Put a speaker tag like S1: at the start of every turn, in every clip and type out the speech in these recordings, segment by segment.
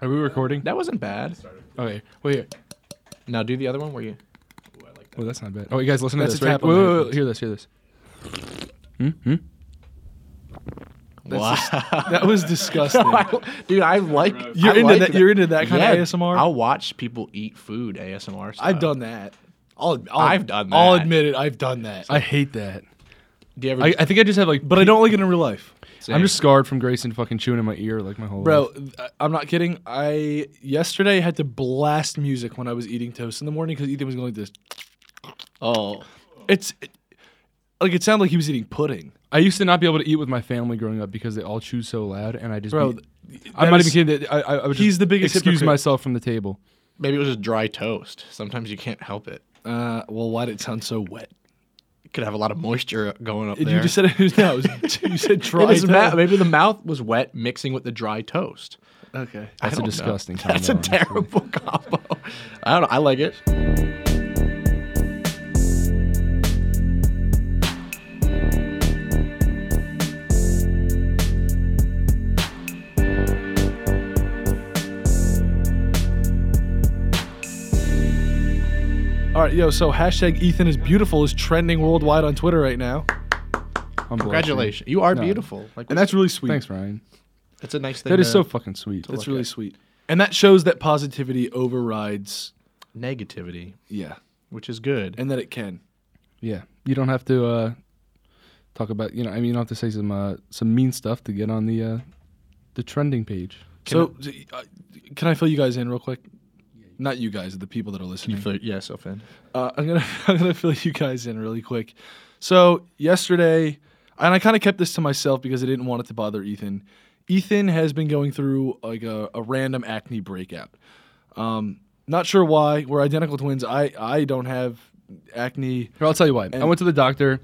S1: Are we recording?
S2: That wasn't bad.
S1: Okay. Wait. Here.
S2: Now do the other one where you.
S1: Oh, that's not bad. Oh, you guys listen to
S2: That's
S1: this.
S2: a
S1: Right?
S2: tap on
S1: Wait,
S2: my
S1: wait, wait,
S2: headphones.
S1: Hear this. Hear this. Hmm? Hmm?
S2: Wow.
S1: That was disgusting.
S2: Dude, I like.
S1: You're
S2: I
S1: into
S2: like
S1: that- you're into that kind of ASMR?
S2: I'll watch people eat food ASMR. Style.
S3: I've done that. I'll, I'll,
S2: I've done
S3: I'll
S2: that.
S3: admit it. I've done that.
S1: I hate that.
S2: Do you ever?
S1: I, I think I just have like.
S3: but I don't like it in real life.
S1: I'm just scarred from Grayson fucking chewing in my ear like my whole
S3: Bro,
S1: life.
S3: th- I'm not kidding. I yesterday had to blast music when I was eating toast in the morning because Ethan was going like this.
S2: oh,
S3: It's it- like it sounded like he was eating pudding.
S1: I used to not be able to eat with my family growing up because they all chew so loud, and I just.
S3: Bro,
S1: be-
S3: th-
S1: I'm
S3: that
S1: not
S3: is-
S1: even kidding. I, I, I would just
S3: He's the biggest
S1: excuse
S3: hypocrite.
S1: myself from the table.
S2: maybe it was just dry toast. Sometimes you can't help it.
S3: Uh, well, why did it sound so wet?
S2: It could have a lot of moisture going up
S3: And
S2: there.
S3: you just said it was no. it was- you said
S2: It
S3: dry.
S2: doesn't matter.
S3: toast.
S2: Maybe the mouth was wet mixing with the dry toast.
S3: Okay.
S2: I
S1: That's a
S2: don't know.
S1: disgusting
S2: That's a
S1: combo, honestly.
S2: terrible combo. I don't. I like it.
S3: All right, yo. So hashtag Ethan is beautiful is trending worldwide on Twitter right now,
S1: I'm blushing.
S2: Congratulations, you are
S1: No.
S2: beautiful. Like
S3: and that's really sweet.
S1: Thanks, Ryan.
S2: that's a nice thing.
S1: That is
S2: to-
S1: so fucking sweet.
S3: That's
S2: Look
S3: really
S2: at-
S3: sweet. And that shows that positivity overrides.
S2: negativity,
S3: Yeah.
S2: which is good.
S3: And that it can.
S1: Yeah, you don't have to uh, talk about you know. I mean, you don't have to say some uh, some mean stuff to get on the uh, the trending page.
S3: so, z- uh, can I fill you guys in real quick? Not you guys, the people that are listening.
S2: yes, offend.
S3: Uh, I'm gonna I'm gonna fill you guys in really quick. So yesterday, and I kind of kept this to myself because I didn't want it to bother Ethan. Ethan has been going through like a, a random acne breakout. Um, not sure why. We're identical twins. I I don't have acne.
S1: Here, I'll tell you why. I went to the doctor,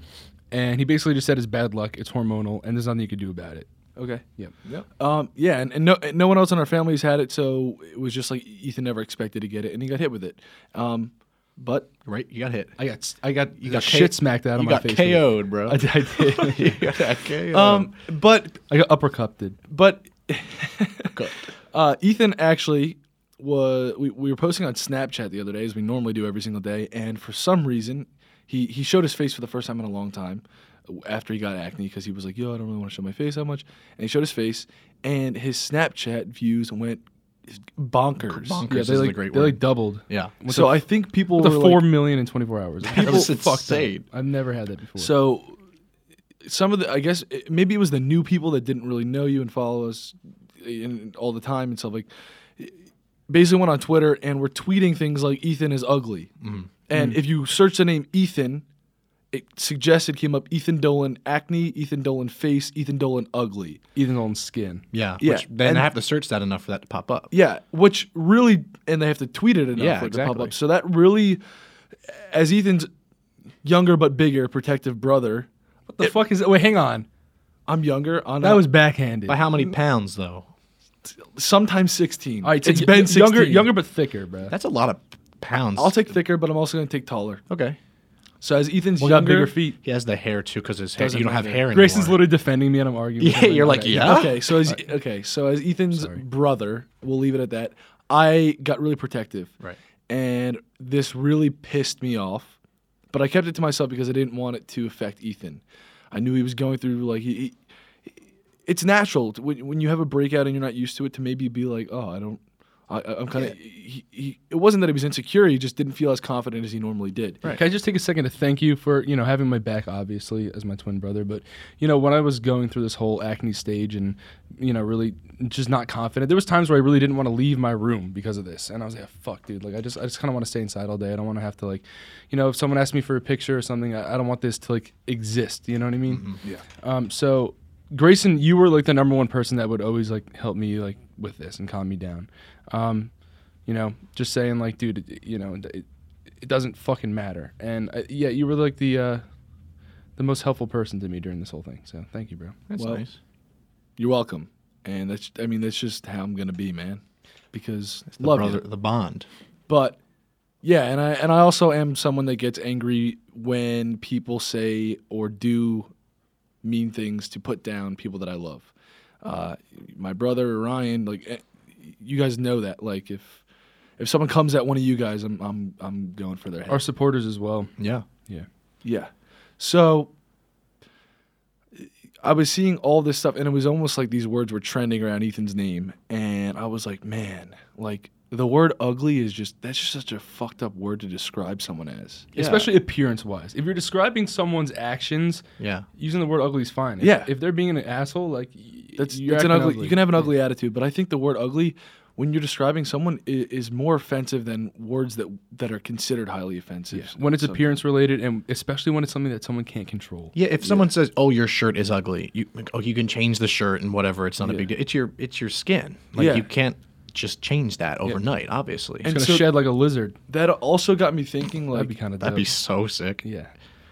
S1: and he basically just said it's bad luck, it's hormonal, and there's nothing you could do about it.
S3: Okay.
S1: Yep.
S3: Um, yeah, and, and no and no one else in our family's had it, so it was just like Ethan never expected to get it, and he got hit with it. Um, but
S2: Right, you got hit.
S1: I got I got you got
S2: got
S1: shit
S2: K-
S1: smacked out of
S2: you
S1: my
S2: got
S1: face.
S2: KO'd, bro.
S1: I, did- I did.
S2: you got KO'd.
S3: um, but
S1: I got uppercutted.
S3: but
S2: Good.
S3: uh, Ethan actually was we, we were posting on Snapchat the other day as we normally do every single day, and for some reason he he showed his face for the first time in a long time after he got acne because he was like, "Yo, I don't really want to show my face that much," and he showed his face, and his Snapchat views went bonkers.
S2: Bonkers
S1: Yeah,
S2: is
S1: they like
S2: the great
S1: they
S2: word.
S1: like doubled.
S2: yeah.
S1: With
S3: So
S1: the,
S3: I think people
S1: with the
S3: were
S1: four
S3: like,
S1: million in 24 hours.
S2: That was
S1: fucked up.
S2: insane.
S1: I've never had that before.
S3: so. Some of the, I guess, it- maybe it was the new people that didn't really know you and follow us eh, in, all the time and stuff like. eh, Basically, went on Twitter and were tweeting things like Ethan is ugly, and if you search the name Ethan, it suggested came up Ethan Dolan acne, Ethan Dolan face, Ethan Dolan ugly.
S1: Ethan Allen's skin.
S2: Yeah.
S3: Yeah,
S2: Which, then
S3: and-
S2: I have to search that enough for that to pop up.
S3: Yeah, which really, and they have to tweet it enough
S2: Yeah,
S3: for it to
S2: exactly.
S3: pop up. So that really, as Ethan's younger but bigger protective brother,
S1: What the fuck is that? Wait, hang on.
S3: I'm younger. On
S1: That was backhanded.
S2: By how many pounds though?
S3: sometimes 16.
S1: All right,
S3: it's
S1: y-
S3: been
S1: y-
S3: 16.
S1: younger, younger but thicker, bro.
S2: That's a lot of pounds.
S3: I'll take thicker, but I'm also going to take taller.
S2: Okay.
S3: So as Ethan's
S1: Well, got
S3: younger,
S1: bigger feet.
S2: He has the hair too, because his hair.
S3: Doesn't
S2: You don't have
S3: matter.
S2: hair anymore.
S1: Grayson's literally defending me, and I'm arguing. with
S2: Yeah,
S1: him, and
S2: you're
S1: I'm
S2: like, yeah.
S3: Okay, so as okay, so as Ethan's brother, we'll leave it at that. I got really protective,
S2: Right.
S3: And this really pissed me off, but I kept it to myself because I didn't want it to affect Ethan. I knew he was going through like he. he it's natural to, when, when you have a breakout and you're not used to it to maybe be like, oh, I don't. I, I- I'm kind of. He, he, it wasn't that he was insecure. He just didn't feel as confident as he normally did.
S2: Right.
S1: Can I just take a second to thank you for you know having my back, obviously, as my twin brother. But you know when I was going through this whole acne stage and you know really just not confident, there was times where I really didn't want to leave my room because of this, and I was like, "Oh, fuck, dude, like I just I just kind of want to stay inside all day. I don't want to have to like, you know, if someone asks me for a picture or something, I, I don't want this to like exist. You know what I mean?
S3: Yeah.
S1: Um, so Grayson, you were like the number one person that would always like help me like with this and calm me down. Um, you know, just saying like, dude, it- you know, it, it doesn't fucking matter. And uh, yeah, you were like the uh, the most helpful person to me during this whole thing. So thank you, bro.
S2: That's
S3: Well,
S2: nice.
S3: You're welcome. And that's. I mean, that's just how I'm gonna be, man. Because
S2: The
S3: love you.
S2: brother, the bond.
S3: But yeah, and I and I also am someone that gets angry when people say or do mean things to put down people that I love. Uh, my brother Ryan, like eh, you guys know that. Like if if someone comes at one of you guys, I'm I'm I'm going for their head.
S1: Our supporters as well.
S2: Yeah.
S3: Yeah. So I was seeing all this stuff, and it was almost like these words were trending around Ethan's name. And I was like, man, like the word ugly is just, that's just such a fucked up word to describe someone as.
S2: Yeah.
S1: Especially appearance wise. If you're describing someone's actions,
S2: Yeah.
S1: using the word ugly is fine. If-
S3: Yeah.
S1: If they're being an asshole, like y-
S3: That's,
S1: you're
S3: that's an
S1: acting
S3: ugly, You can have an ugly attitude, but I think the word ugly, when you're describing someone, is, is more offensive than words that that are considered highly offensive.
S1: Yeah. When it's
S3: So-
S1: appearance related, and especially when it's something that someone can't control.
S2: Yeah, if someone says, "Oh, your shirt is ugly," you like, oh, you can change the shirt and whatever. It's not a
S3: Yeah.
S2: big deal. It's your it's your skin. Like
S3: Yeah.
S2: you can't just change that overnight. Obviously,
S1: It's
S3: And
S1: gonna
S3: so-
S1: shed like a lizard.
S3: That also got me thinking, like,
S1: That'd be kind of
S2: that'd be so sick.
S1: yeah.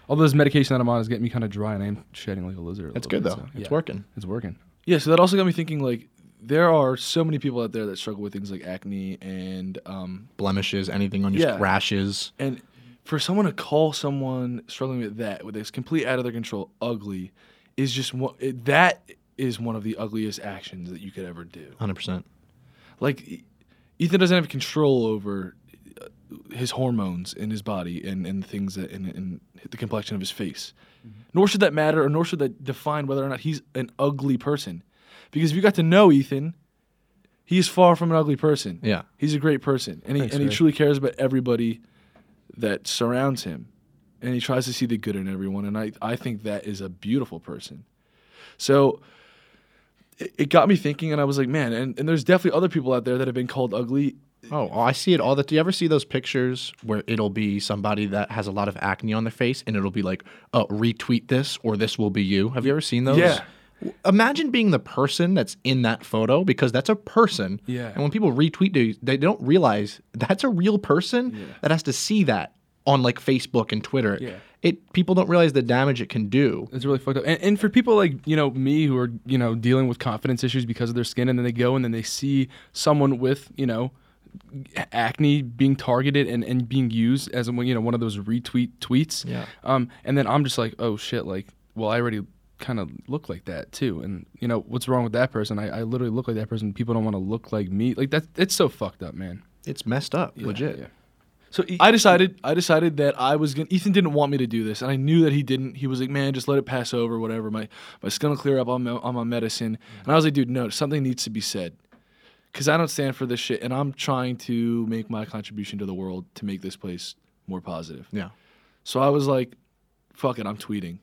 S1: Although this medication that I'm on is getting me kind of dry, and I am shedding like a lizard. a
S2: That's
S1: little
S2: good
S1: bit,
S2: though.
S1: so,
S2: It's
S1: yeah.
S2: working.
S1: It's working.
S3: Yeah, so that also got me thinking like there are so many people out there that struggle with things like acne and um
S2: Blemishes, anything on your
S3: Yeah.
S2: rashes.
S3: and for someone to call someone struggling with that with this complete out of their control ugly is just one it, that is one of the ugliest actions that you could ever do.
S2: Hundred percent.
S3: Like E- Ethan doesn't have control over uh, his hormones in his body and and things that and, and the complexion of his face. Nor should that matter, or nor should that define whether or not he's an ugly person. Because if you got to know Ethan, he is far from an ugly person.
S2: Yeah.
S3: He's a great person, and he,
S1: Thanks,
S3: and he
S1: Ray.
S3: truly cares about everybody that surrounds him, and he tries to see the good in everyone. And I, I think that is a beautiful person. So it, it got me thinking, and I was like, man, and, and there's definitely other people out there that have been called ugly.
S2: Oh, I see it all the Do you ever see those pictures where it'll be somebody that has a lot of acne on their face and it'll be like, oh, retweet this or this will be you? Have you ever seen those?
S3: Yeah.
S2: W- Imagine being the person that's in that photo because that's a person.
S1: Yeah.
S2: And when people retweet you, they don't realize that's a real person that has to see that on like Facebook and Twitter.
S1: Yeah.
S2: It people don't realize the damage it can do.
S1: It's really fucked up. And, and for people like, you know, me who are, you know, dealing with confidence issues because of their skin and then they go and then they see someone with, you know, acne being targeted and, and being used as, you know, one of those retweet tweets.
S2: Yeah.
S1: Um, and then I'm just like, oh shit, like, well, I already kind of look like that too. And, you know, what's wrong with that person? I, I literally look like that person. People don't want to look like me. Like, that's, it's so fucked up, man. E
S2: It's messed up, legit.
S1: yeah.
S3: So I decided, I decided that I was gonna. Ethan didn't want me to do this, and I knew that he didn't. He was like, man, just let it pass over, whatever. My my skin will clear up. I'm on my medicine, and I was like, dude, no, something needs to be said. because I don't stand for this shit, and I'm trying to make my contribution to the world to make this place more positive.
S2: Yeah.
S3: So I was like, fuck it, I'm tweeting.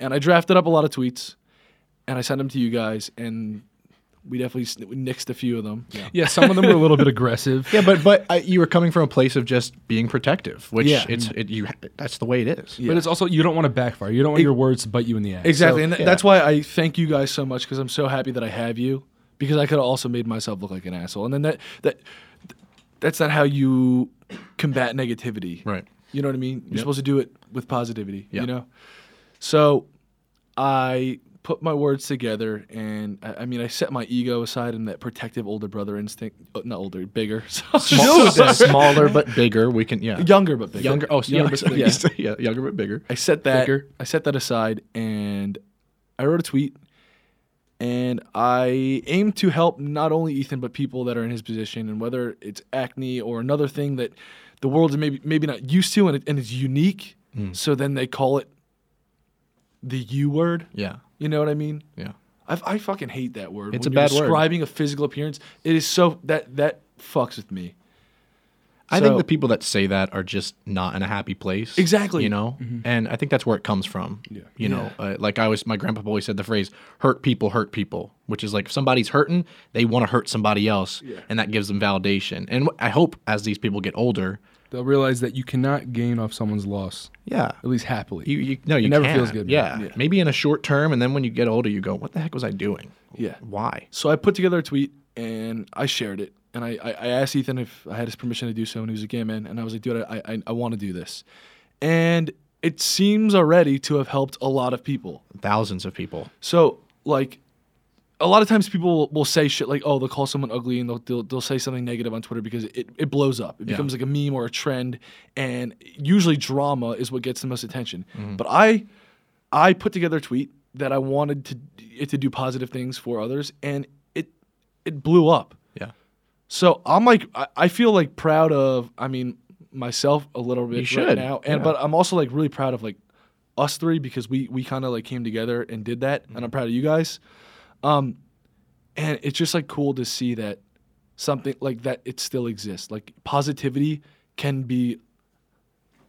S3: And I drafted up a lot of tweets, and I sent them to you guys, and we definitely sn- we nixed a few of them.
S1: Yeah, some of them were a little bit aggressive.
S2: Yeah, but but I, you were coming from a place of just being protective, which
S3: Yeah.
S2: it's it, you that's the way it is.
S1: But it's also, you don't want to backfire. You don't want your words to bite you in the ass.
S3: Exactly, and
S2: So,
S3: th-
S2: yeah.
S3: that's why I thank you guys so much because I'm so happy that I have you because I could have also made myself look like an asshole, and then that that that's not how you combat negativity.
S2: Right.
S3: You know what I mean? You're supposed to do it with positivity,
S2: Yeah.
S3: you know? So I put my words together and I, I mean, I set my ego aside and that protective older brother instinct, oh, not older, bigger.
S2: Small,
S3: Sorry.
S2: smaller but bigger. We can yeah.
S3: Younger, but bigger.
S2: Younger. Oh, so
S3: Younger,
S2: younger,
S3: but
S2: yeah. yeah, younger but bigger.
S3: I set that
S1: Thicker.
S3: I set that aside and I wrote a tweet and I aim to help not only Ethan but people that are in his position and whether it's acne or another thing that the world's maybe maybe not used to and, it, and it's unique
S2: Hmm.
S3: so then they call it the U word
S2: Yeah,
S3: you know what I mean
S2: yeah.
S3: I, I fucking hate that word
S2: It's a
S3: When you're
S2: bad word.
S3: describing a physical appearance it is so that that fucks with me
S2: I think
S3: So-
S2: the people that say that are just not in a happy place.
S3: Exactly.
S2: You know, and I think that's where it comes from. Mm-hmm. Yeah. You know, uh, like I always, my grandpa always said the phrase "hurt people, hurt people," which is like if somebody's hurting, they want to hurt somebody else, and that gives them validation. And wh- I hope as these people get older,
S1: They'll realize that you cannot gain off someone's loss,
S2: yeah,
S1: at least happily.
S2: You, you no, you
S1: never
S2: can.
S1: feels good, man.
S2: Yeah. maybe in a short term, and then when you get older, you go, "What the heck was I doing?
S3: Yeah.
S2: why?
S3: So I put together a tweet and I shared it. And I, I, I asked Ethan if I had his permission to do so, and he was like, "Yeah, man." And I was like, "Dude, I, I, I want to do this," and it seems already to have helped a lot of people.
S2: Thousands of people.
S3: So like, a lot of times people will say shit like, "Oh, they'll call someone ugly," and they'll they'll, they'll say something negative on Twitter because it, it blows up. It becomes like a meme or a trend, and usually drama is what gets the most attention. But I I put together a tweet that I wanted to it to do positive things for others, and it it blew up.
S2: Yeah,
S3: So I'm like, I, I feel like proud of, I mean, myself a little bit
S2: You
S3: right
S2: should,
S3: now, and
S2: yeah.
S3: but I'm also like really proud of like us three because we we kind of like came together and did that, and I'm
S2: Mm-hmm.
S3: proud of you guys. Um, and it's just like cool to see that something like that it still exists. Like positivity can be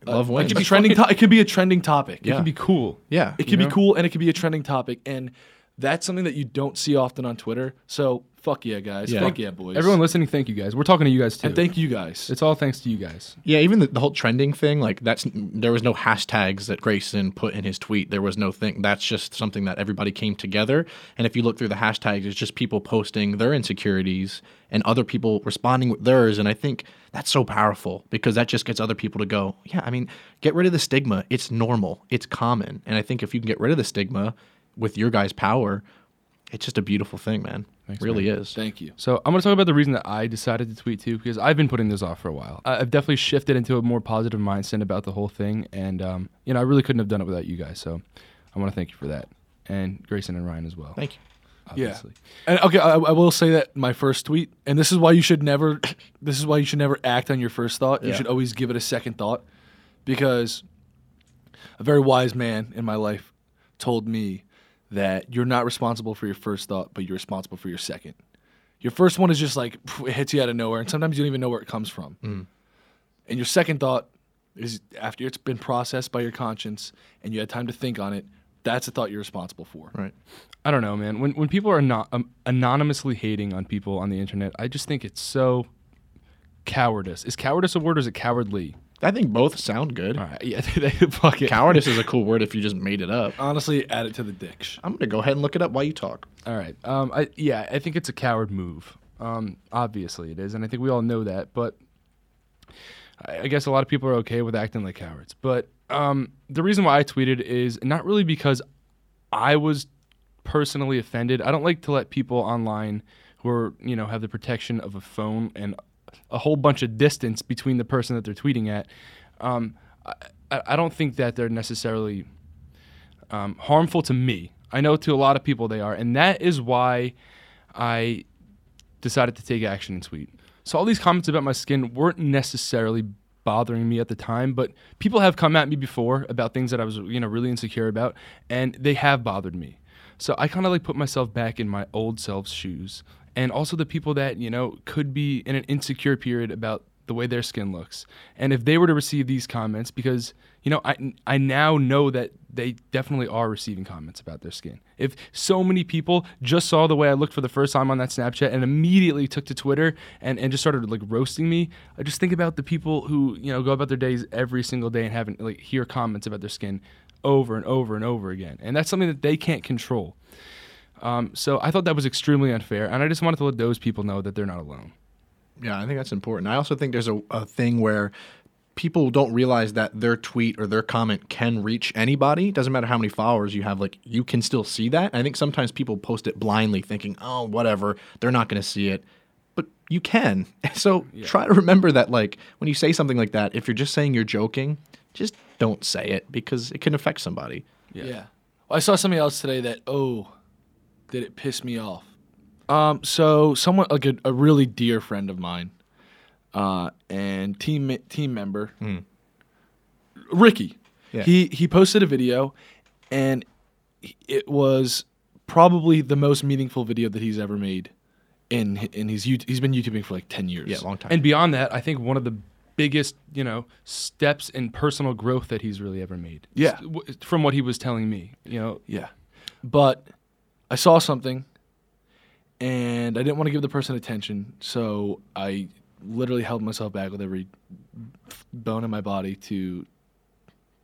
S2: Love wins.
S3: Uh, it can be trending. To- it can be a trending topic.
S1: It
S2: Yeah.
S1: can be cool.
S2: yeah.
S3: It can
S1: You
S3: be
S1: know?
S3: cool and it can be a trending topic, and that's something that you don't see often on Twitter. So fuck yeah, guys.
S2: Yeah.
S3: Fuck yeah, boys.
S1: Everyone listening, thank you guys. We're talking to you guys too.
S3: and thank you guys.
S1: it's all thanks to you guys.
S2: Yeah, even the, the whole trending thing, like that's there was no hashtags that Grayson put in his tweet. There was no thing. That's just something that everybody came together. And if you look through the hashtags, it's just people posting their insecurities and other people responding with theirs. And I think that's so powerful because that just gets other people to go, yeah, I mean, get rid of the stigma. It's normal. It's common. And I think if you can get rid of the stigma with your guys' power, it's just a beautiful thing, man. really is.
S3: Thank you.
S1: So I'm going to talk about the reason that I decided to tweet too, because I've been putting this off for a while. I- I've definitely shifted into a more positive mindset about the whole thing, and um, you know I really couldn't have done it without you guys. So I want to thank you for that, and Grayson and Ryan as well.
S2: Thank you.
S1: obviously.
S3: And okay, I, I will say that my first tweet, and this is why you should never, this is why you should never act on your first thought. You
S2: Yeah.
S3: should always give it a second thought, because a very wise man in my life told me that you're not responsible for your first thought, but you're responsible for your second. Your first one is just like pff, it hits you out of nowhere, and sometimes you don't even know where it comes from.
S2: Mm.
S3: And your second thought is after it's been processed by your conscience and you had time to think on it. That's the thought you're responsible for.
S2: Right.
S1: I don't know, man. When when people are not um, anonymously hating on people on the internet, I just think it's so cowardice. Is cowardice a word or is it cowardly?
S2: I think both sound good.
S1: All right, yeah, they, fuck it.
S2: Cowardice is a cool word if you just made it up.
S3: Honestly, add it to the ditch.
S2: I'm gonna go ahead and look it up while you talk.
S1: All right. Um, I yeah, I think it's a coward move. Um, obviously it is, and I think we all know that. But I, I guess a lot of people are okay with acting like cowards. But um, the reason why I tweeted is not really because I was personally offended. I don't like to let people online who are you know have the protection of a phone and a whole bunch of distance between the person that they're tweeting at. Um, I, I I don't think that they're necessarily um, harmful to me. I know to a lot of people they are, and that is why I decided to take action and tweet. So all these comments about my skin weren't necessarily bothering me at the time, but people have come at me before about things that I was, you know, really insecure about, and they have bothered me. So I kind of like put myself back in my old self's shoes, and also the people that you know could be in an insecure period about the way their skin looks, and if they were to receive these comments, because you know I I now know that they definitely are receiving comments about their skin. If so many people just saw the way I looked for the first time on that Snapchat and immediately took to Twitter and, and just started like roasting me, I just think about the people who, you know, go about their days every single day and haven't like hear comments about their skin over and over and over again. And that's something that they can't control. Um, so I thought that was extremely unfair and I just wanted to let those people know that they're not alone.
S2: Yeah, I think that's important. I also think there's a, a thing where people don't realize that their tweet or their comment can reach anybody. Doesn't matter how many followers you have, like you can still see that. I think sometimes people post it blindly thinking, oh, whatever, they're not gonna see it. But you can. So try to remember that like when you say something like that, if you're just saying you're joking, just don't say it because it can affect somebody.
S3: Yeah. I saw something else today that oh, did it piss me off? Um, so someone like a, a really dear friend of mine, uh, and team team member, Ricky.
S2: Hmm. Yeah.
S3: He he posted a video, and he- it was probably the most meaningful video that he's ever made. In hi- in his YouTube, he's been YouTubing for like ten years.
S2: Yeah, long time.
S1: And beyond that, I think one of the biggest, you know, steps in personal growth that he's really ever made.
S3: Yeah.
S1: S- w- From what he was telling me, you know,
S3: Yeah. But I saw something and I didn't want to give the person attention, so I literally held myself back with every bone in my body to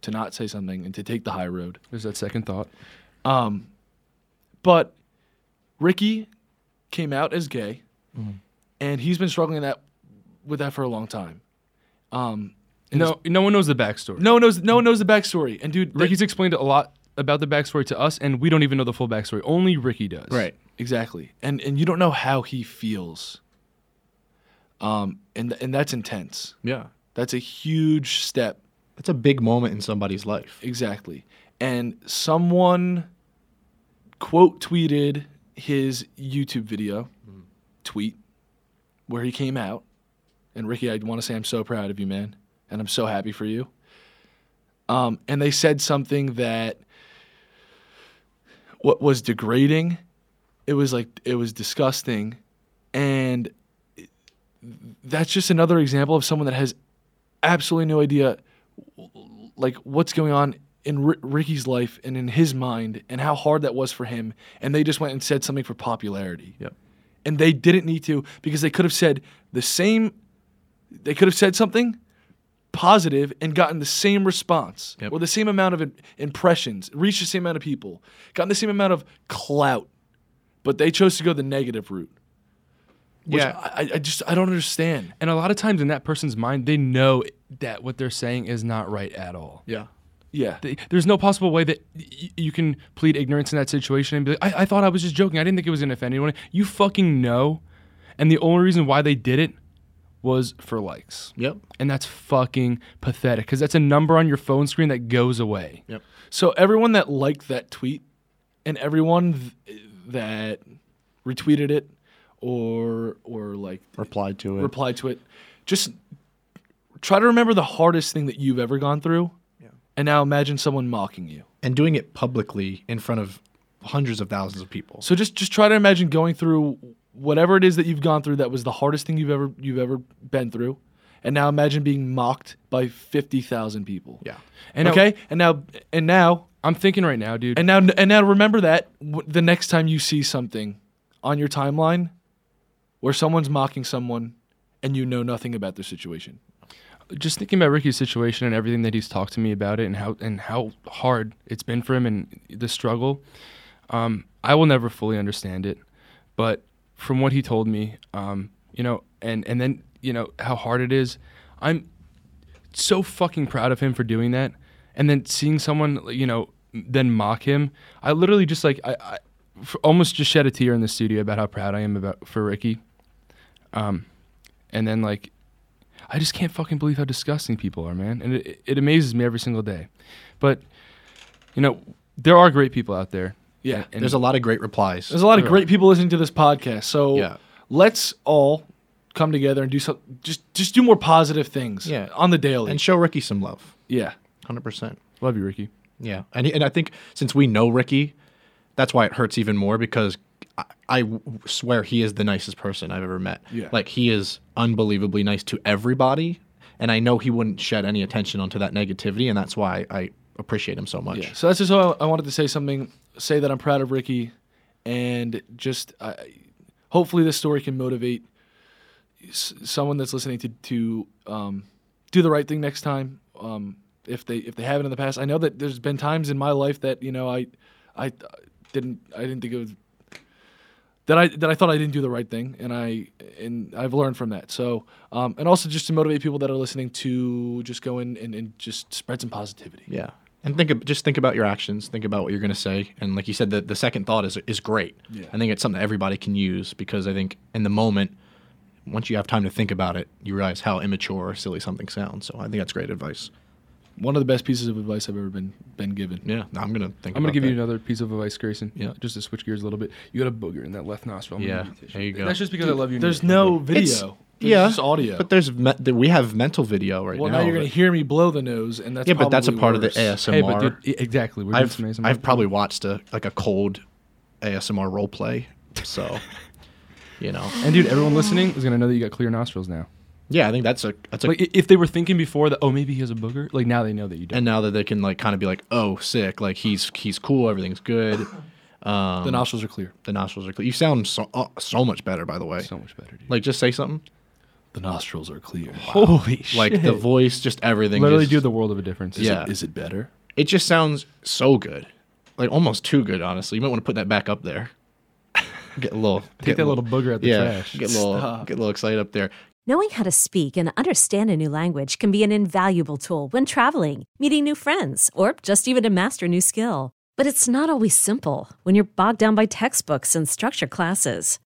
S3: to not say something and to take the high road.
S1: there's that second thought.
S3: Um, but Ricky came out as gay, and he's been struggling that with that for a long time. Um, and
S1: No, no one knows the backstory.
S3: his- no one knows no one knows the backstory. And dude,
S1: Ricky's explained a lot about the backstory to us, and we don't even know the full backstory. Only Ricky does.
S2: right.
S3: Exactly. And and you don't know how he feels. Um and and that's intense.
S2: Yeah.
S3: That's a huge step.
S2: That's a big moment in somebody's life.
S3: Exactly. And someone quote tweeted his YouTube video tweet where he came out. And Ricky, I want to say I'm so proud of you, man, and I'm so happy for you. Um, and they said something that what was degrading. It was like it was disgusting, and it- that's just another example of someone that has absolutely no idea like what's going on in Ri Ricky's life and in his mind and how hard that was for him and they just went and said something for popularity.
S2: Yep.
S3: And they didn't need to because they could have said the same they could have said something positive and gotten the same response
S2: Yep.
S3: or the same amount of im- impressions, reached the same amount of people, gotten the same amount of clout. But they chose to go the negative route. Which
S2: Yeah.
S3: I, I- I just I don't understand.
S1: And a lot of times in that person's mind, they know that what they're saying is not right at all.
S2: Yeah.
S3: Yeah.
S1: They- There's no possible way that y- you can plead ignorance in that situation and be like, I, I thought I was just joking. I didn't think it was going to offend anyone. You fucking know. And the only reason why they did it was for likes.
S2: Yep.
S1: And that's fucking pathetic because that's a number on your phone screen that goes away.
S2: Yep.
S3: So everyone that liked that tweet and everyone th- that retweeted it or or like
S2: Replied to it.
S3: replied to it, just try to remember the hardest thing that you've ever gone through. And now imagine someone mocking you.
S2: and doing it publicly in front of hundreds of thousands of people.
S3: So just just try to imagine going through whatever it is that you've gone through that was the hardest thing you've ever you've ever been through. And now imagine being mocked by 50,000 people.
S2: Yeah.
S1: And I-
S3: okay? and now and now
S1: I'm thinking right now, dude.
S3: And now, and now remember that w- the next time you see something on your timeline where someone's mocking someone and you know nothing about their situation.
S1: just thinking about Ricky's situation and everything that he's talked to me about it and how and how hard it's been for him and the struggle. Um, I will never fully understand it, but from what he told me, um, you know, and and then you know how hard it is. I'm so fucking proud of him for doing that, and then seeing someone you know then mock him. I literally just like I, I f- almost just shed a tear in the studio about how proud I am about for Ricky. Um, and then like I just can't fucking believe how disgusting people are, man. And it, it amazes me every single day. But, you know, there are great people out there.
S3: Yeah.
S1: And
S2: There's a lot of great replies.
S3: There's a lot of
S1: Right.
S3: great people listening to this podcast. So
S2: Yeah.
S3: let's all come together and do some just just do more positive things
S2: Yeah.
S3: on the daily.
S2: and show Ricky some love.
S3: yeah.
S2: 100%.
S1: love you, Ricky.
S2: Yeah. And, he- and I think since we know Ricky, that's why it hurts even more because I, I w- swear he is the nicest person I've ever met.
S3: Yeah.
S2: Like he is unbelievably nice to everybody. And I know he wouldn't shed any attention onto that negativity. And that's why I appreciate him so much.
S3: Yeah. So that's just how I I wanted to say something. Say that I'm proud of Ricky, and just I, hopefully this story can motivate s- someone that's listening to to um, do the right thing next time. Um, if they if they haven't in the past, I know that there's been times in my life that you know I I didn't I didn't think it was that I that I thought I didn't do the right thing, and I and I've learned from that. So, um, and also just to motivate people that are listening to just go in and, and just spread some positivity.
S2: Yeah. And think of, just think about your actions, think about what you're going to say, and like you said, the, the second thought is is great.
S3: Yeah.
S2: I think it's something everybody can use because I think in the moment, once you have time to think about it, you realize how immature or silly something sounds. So I think that's great advice.
S3: one of the best pieces of advice I've ever been been given.
S2: Yeah, no, I'm gonna think.
S1: I'm going to
S2: about
S1: give you
S2: that.
S1: another piece of advice, Grayson.
S2: Yeah.
S1: Just to switch gears a little bit. You got a booger in that left nostril. I'm gonna
S2: Yeah,
S1: give a tissue.
S2: there you go.
S1: That's just because I love you. and
S3: There's
S1: you.
S3: no video.
S2: It's-
S3: There's
S2: yeah,
S3: just audio.
S2: But there's me- th- we have mental video right
S3: well,
S2: now.
S3: now you're gonna
S2: but-
S3: hear me blow the nose, and that's
S2: yeah, but that's a
S3: probably
S2: part of
S3: worse.
S2: the ASMR.
S1: Hey, but dude, e- exactly. We're doing some
S2: I've
S1: amazing
S2: I've probably watched a like a cold ASMR role play, so you know.
S1: And, dude, everyone listening is going to know that you got clear nostrils now.
S2: Yeah, I think that's a that's a
S1: Like, i- if they were thinking before that, oh, maybe he has a booger, like, now they know that you don't.
S2: and now that they can like kind of be like, oh, sick, like he's he's cool, everything's good. Um,
S3: The nostrils are clear.
S2: the nostrils are clear. You sound so uh, so much better, by the way.
S1: so much better, dude.
S2: like just say something.
S3: The nostrils are clear.
S1: Holy shit.
S2: Like the voice, just everything.
S1: Literally
S2: just,
S1: do the world of a difference.
S3: Is it-
S2: yeah.
S3: Is it better?
S2: It just sounds so good, like almost too good, honestly. You might want to put that back up there. Get a little.
S1: Take
S2: get
S1: that
S2: a
S1: little booger out the
S2: yeah,
S1: trash.
S2: Get a little.
S3: Stop.
S2: Get a little excited up there.
S4: Knowing how to speak and understand a new language can be an invaluable tool when traveling, meeting new friends, or just even to master a new skill. But it's not always simple when you're bogged down by textbooks and structure classes.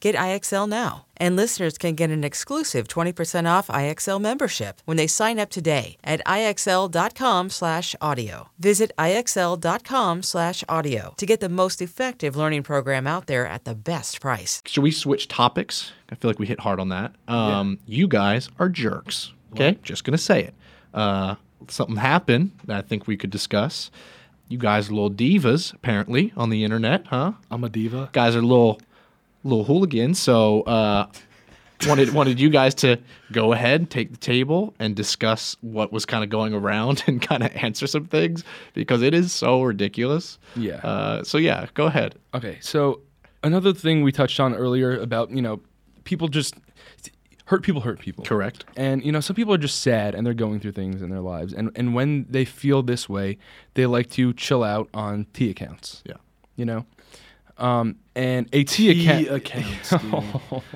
S5: Get IXL now. And listeners can get an exclusive 20% off IXL membership when they sign up today at IXL.com slash audio. Visit IXL.com slash audio to get the most effective learning program out there at the best price.
S2: Should we switch topics? I feel like we hit hard on that. Um, You guys are jerks. Okay, just gonna say it. Uh, something happened that I think we could discuss. You guys are little divas, apparently, on the internet, huh?
S3: I'm a diva.
S2: guys are little little hooligans, so uh, wanted wanted you guys to go ahead, take the table, and discuss what was kind of going around and kind of answer some things because it is so ridiculous.
S1: Yeah.
S2: Uh, so yeah, go ahead.
S1: Okay, so another thing we touched on earlier about you know people just hurt people hurt people.
S2: Correct.
S1: And you know some people are just sad and they're going through things in their lives, and and when they feel this way, they like to chill out on T accounts.
S2: Yeah.
S1: You know. Um, and a T account.
S3: accounts,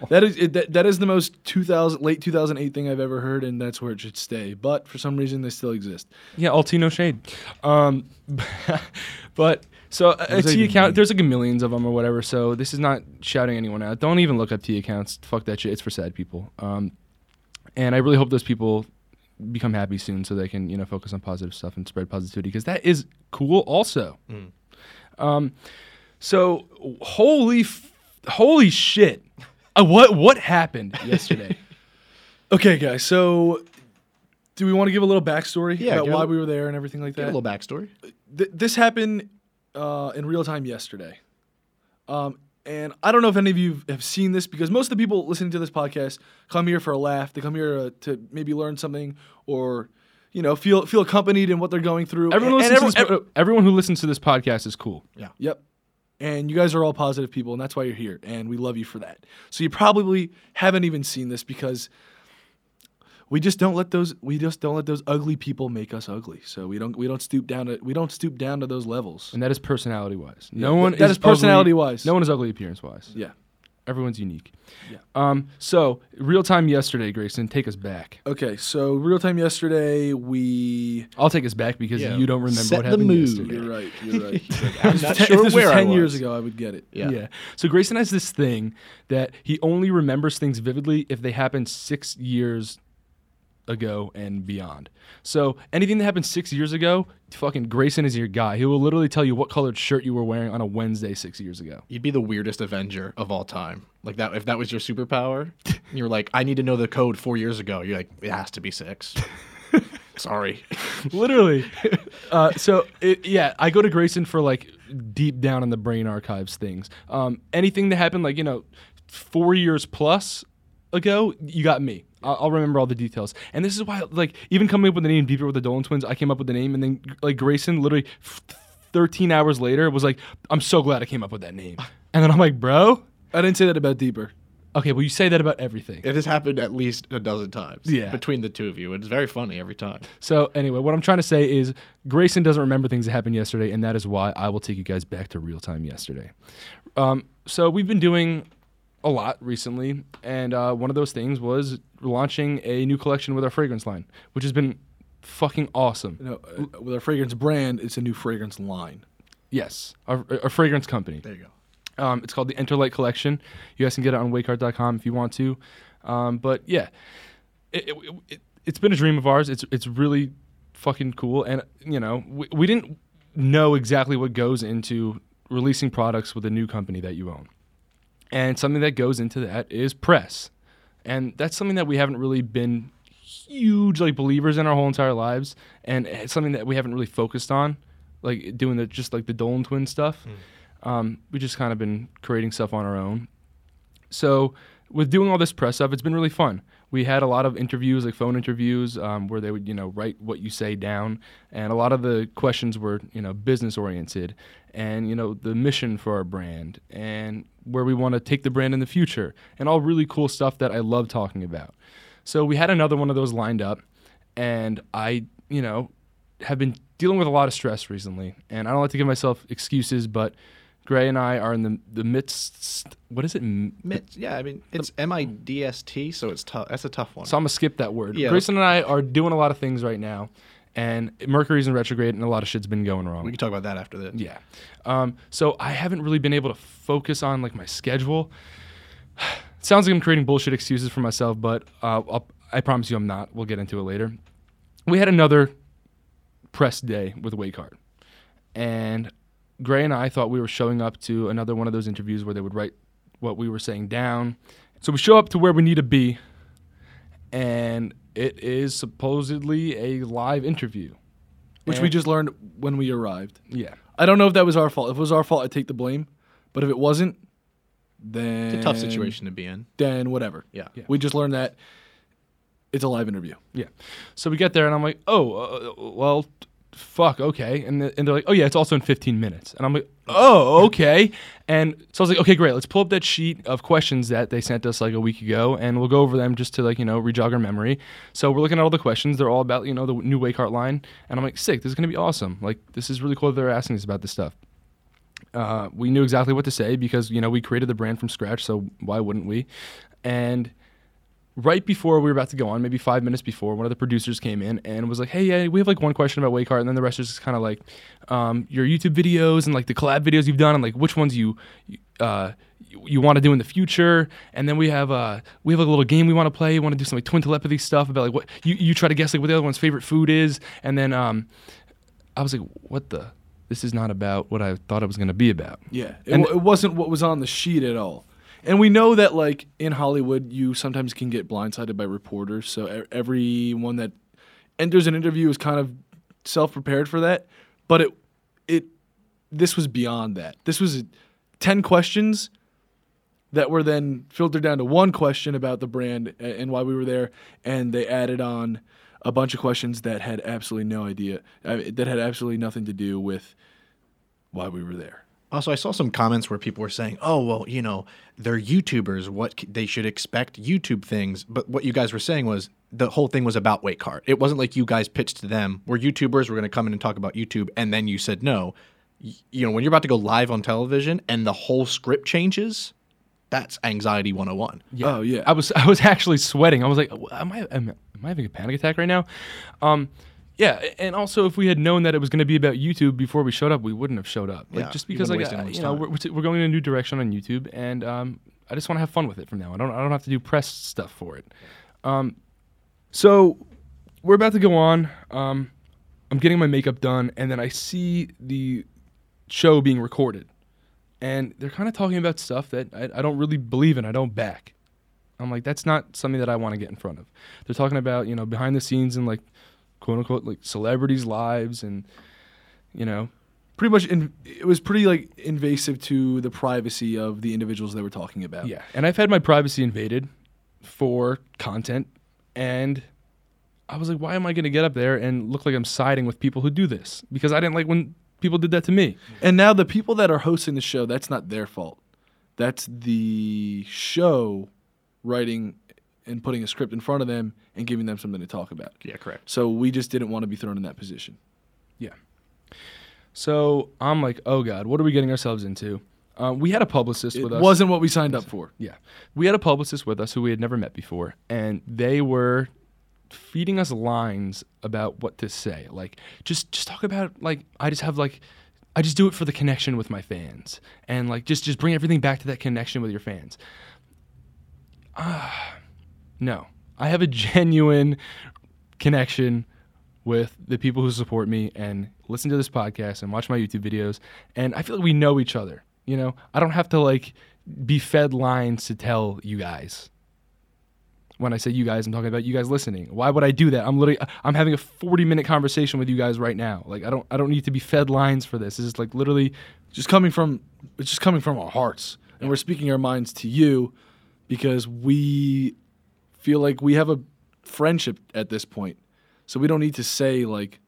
S3: That is it, that, that is the most 2000 late 2008 thing I've ever heard, and that's where it should stay. But for some reason, they still exist.
S1: Yeah, Altino shade. Um, but so a, a
S3: does that
S1: T
S3: even
S1: account,
S3: mean?
S1: there's like a millions of them or whatever. So this is not shouting anyone out. Don't even look up T accounts. Fuck that shit. It's for sad people. Um, and I really hope those people become happy soon so they can you know focus on positive stuff and spread positivity because that is cool also. Um, so holy, f- holy shit. Uh, what what happened yesterday?
S3: Okay, guys. So, do we want to give a little backstory
S2: Yeah,
S3: about
S2: give a-
S3: why we were there and everything like
S2: Give
S3: that?
S2: a little backstory.
S3: Th- this happened uh, in real time yesterday. Um, and I don't know if any of you have seen this because most of the people listening to this podcast come here for a laugh. They come here uh, to maybe learn something or, you know, feel feel accompanied in what they're going through.
S1: Everyone,
S3: And-
S1: listens
S3: and
S1: to this,
S3: everyone-
S1: po- oh. everyone who listens to this podcast is cool.
S3: Yep. And you guys are all positive people, and that's why you're here, and we love you for that. So you probably haven't even seen this because we just don't let those we just don't let those ugly people make us ugly. So we don't we don't stoop down to we don't stoop down to those levels.
S1: And that is personality wise. No one
S3: that is
S1: ugly-
S3: personality-wise.
S1: No one is ugly appearance wise.
S3: Yeah.
S1: Everyone's unique. Um, so real time yesterday, Grayson, take us back.
S3: Okay. So real time yesterday, we
S1: I'll take us back because
S2: Yeah.
S1: you don't remember
S2: Set
S1: what
S2: the
S1: happened
S2: mood.
S1: yesterday.
S3: You're right. You're right.
S2: I'm not
S3: Ten-
S2: sure
S3: if this
S2: where
S3: was
S2: I
S3: ten years
S2: was.
S3: ago, I would get it.
S2: Yeah.
S1: So Grayson has this thing that he only remembers things vividly if they happened six years ago and beyond. So anything that happened six years ago, fucking Grayson is your guy. He will literally tell you what colored shirt you were wearing on a Wednesday six years ago.
S2: You'd be the weirdest Avenger of all time. Like that, if that was your superpower, you're like, I need to know the code four years ago. You're like, it has to be six. Sorry.
S1: literally. Uh, so it, yeah, I go to Grayson for like deep down in the brain archives things. Um, anything that happened, like you know, four years plus ago, you got me. I'll, I'll remember all the details. And this is why, like, even coming up with the name Deeper with the Dolan twins, I came up with the name, and then like Grayson literally. F- 13 hours later was like i'm so glad i came up with that name and then i'm like bro
S3: I didn't say that about Deeper.
S1: okay well you say that about everything
S2: It has happened at least a dozen times.
S1: Yeah.
S2: Between the two of you. It's very funny every time.
S1: so anyway what i'm trying to say is grayson doesn't remember things that happened yesterday and that is why i will take you guys back to real time yesterday Um, So we've been doing a lot recently, and uh, one of those things was launching a new collection with our fragrance line, which has been fucking awesome.
S3: You know, uh, with our fragrance brand, it's a new fragrance line.
S1: Yes, our, our fragrance company.
S3: There you go.
S1: Um, it's called the Enterlight Collection. You guys can get it on wakeart.com if you want to. Um, but yeah, it, it, it, it's been a dream of ours. It's it's really fucking cool. And you know, we, we didn't know exactly what goes into releasing products with a new company that you own. And something that goes into that is press. And that's something that we haven't really been huge like believers in our whole entire lives and it's something that we haven't really focused on like doing the just like the Dolan twin stuff. Um, we just kind of been creating stuff on our own. So with doing all this press stuff, it's been really fun. We had a lot of interviews, like phone interviews, um, where they would you know write what you say down, and a lot of the questions were you know business oriented, and you know the mission for our brand, and where we want to take the brand in the future, and all really cool stuff that I love talking about. So we had another one of those lined up, and I you know have been dealing with a lot of stress recently, and I don't like to give myself excuses, but Gray and I are in the the midst. What is it? M-
S2: Mit- yeah, I mean it's M I D S T, so it's tough. That's a tough one.
S1: So I'm gonna skip that word.
S2: Yeah.
S1: Grayson and I are doing a lot of things right now, and Mercury's in retrograde, and a lot of shit's been going wrong.
S2: we can talk about that after this.
S1: yeah. Um, so I haven't really been able to focus on like my schedule. Sounds like I'm creating bullshit excuses for myself, but uh, I'll, I promise you I'm not. We'll get into it later. We had another press day with Wakehart, and Gray and I thought we were showing up to another one of those interviews where they would write what we were saying down. So we show up to where we need to be, and it is supposedly a live interview.
S3: Which we just learned when we arrived.
S1: Yeah.
S3: I don't know if that was our fault. If it was our fault, I take the blame. But if it wasn't, then
S2: It's a tough situation to be in.
S3: Then whatever.
S2: Yeah. Yeah.
S3: We just learned that it's a live interview.
S1: Yeah. So we get there, and I'm like, oh, uh, well, fuck, okay. And, the, and they're like, oh, yeah, it's also in 15 minutes. And I'm like, oh, okay. And so I was like, okay, great. Let's pull up that sheet of questions that they sent us like a week ago, and we'll go over them just to like, you know, rejog our memory. So we're looking at all the questions. They're all about, you know, the new Wake Art line. And I'm like, sick, this is going to be awesome. Like, this is really cool that they're asking us about this stuff. Uh, we knew exactly what to say because, you know, we created the brand from scratch, so why wouldn't we? And right before we were about to go on, maybe five minutes before, one of the producers came in and was like, "Hey, yeah, we have like one question about Wakeheart," and then the rest is just kind of like um, your YouTube videos and like the collab videos you've done, and like which ones you uh, you, you want to do in the future. And then we have uh, we have like, a little game we want to play. We want to do some like twin telepathy stuff about like what you you try to guess like what the other one's favorite food is, and then um, I was like, "What the." This is not about what I thought it was going to be about.
S3: Yeah, it,
S1: And-
S3: wa- it wasn't what was on the sheet at all. And we know that, like in Hollywood, you sometimes can get blindsided by reporters. So e- everyone that enters an interview is kind of self-prepared for that. But it, it, this was beyond that. This was ten questions that were then filtered down to one question about the brand a- and why we were there, and they added on a bunch of questions that had absolutely no idea, I mean, that had absolutely nothing to do with why we were there.
S2: Also, I saw some comments where people were saying, "Oh, well, you know, they're YouTubers. What c- they should expect YouTube things." But what you guys were saying was the whole thing was about Wakehart. It wasn't like you guys pitched to them. We're YouTubers. We're going to come in and talk about YouTube, and then you said no. Y- You know, when you're about to go live on television and the whole script changes, that's anxiety 101.
S3: Oh yeah,
S1: I was I was actually sweating. I was like, am I am, am I having a panic attack right now? Um, yeah, and also if we had known that it was going to be about YouTube before we showed up, we wouldn't have showed up. Like
S2: Yeah,
S1: just
S2: you
S1: because like
S2: wouldn't waste
S1: uh,
S2: anyone's
S1: you know
S2: time.
S1: we're, we're t- we're going in a new direction on YouTube, and um, I just want to have fun with it from now. on. I don't I don't have to do press stuff for it. Um, so we're about to go on. Um, I'm getting my makeup done, and then I see the show being recorded, and they're kind of talking about stuff that I, I don't really believe in. I don't back. I'm like, that's not something that I want to get in front of. They're talking about, you know, behind the scenes and like, quote unquote, like celebrities' lives and, you know,
S3: pretty much. In, it was pretty like invasive to the privacy of the individuals they were talking about.
S1: yeah. And I've had my privacy invaded for content. And I was like, why am I going to get up there and look like I'm siding with people who do this? Because I didn't like when people did that to me.
S3: And now the people that are hosting the show, that's not their fault. That's the show writing and putting a script in front of them and giving them something to talk about.
S2: Yeah, correct.
S3: So we just didn't want to be thrown in that position.
S1: So I'm like, oh God, what are we getting ourselves into? Uh, we had a publicist
S3: It
S1: with us.
S3: wasn't what we signed up for.
S1: Yeah. We had a publicist with us who we had never met before, and they were feeding us lines about what to say. Like, just just talk about like I just have like I just do it for the connection with my fans. And like just just bring everything back to that connection with your fans. Ah no. I have a genuine connection with the people who support me and listen to this podcast and watch my YouTube videos. And I feel like we know each other. You know, I don't have to like be fed lines to tell you guys. When I say you guys, I'm talking about you guys listening. Why would I do that? I'm literally I'm having a 40 minute conversation with you guys right now. Like I don't I don't need to be fed lines for this. It's just like literally
S3: Just coming from it's just coming from our hearts, and we're speaking our minds to you because we feel like we have a friendship at this point, so we don't need to say like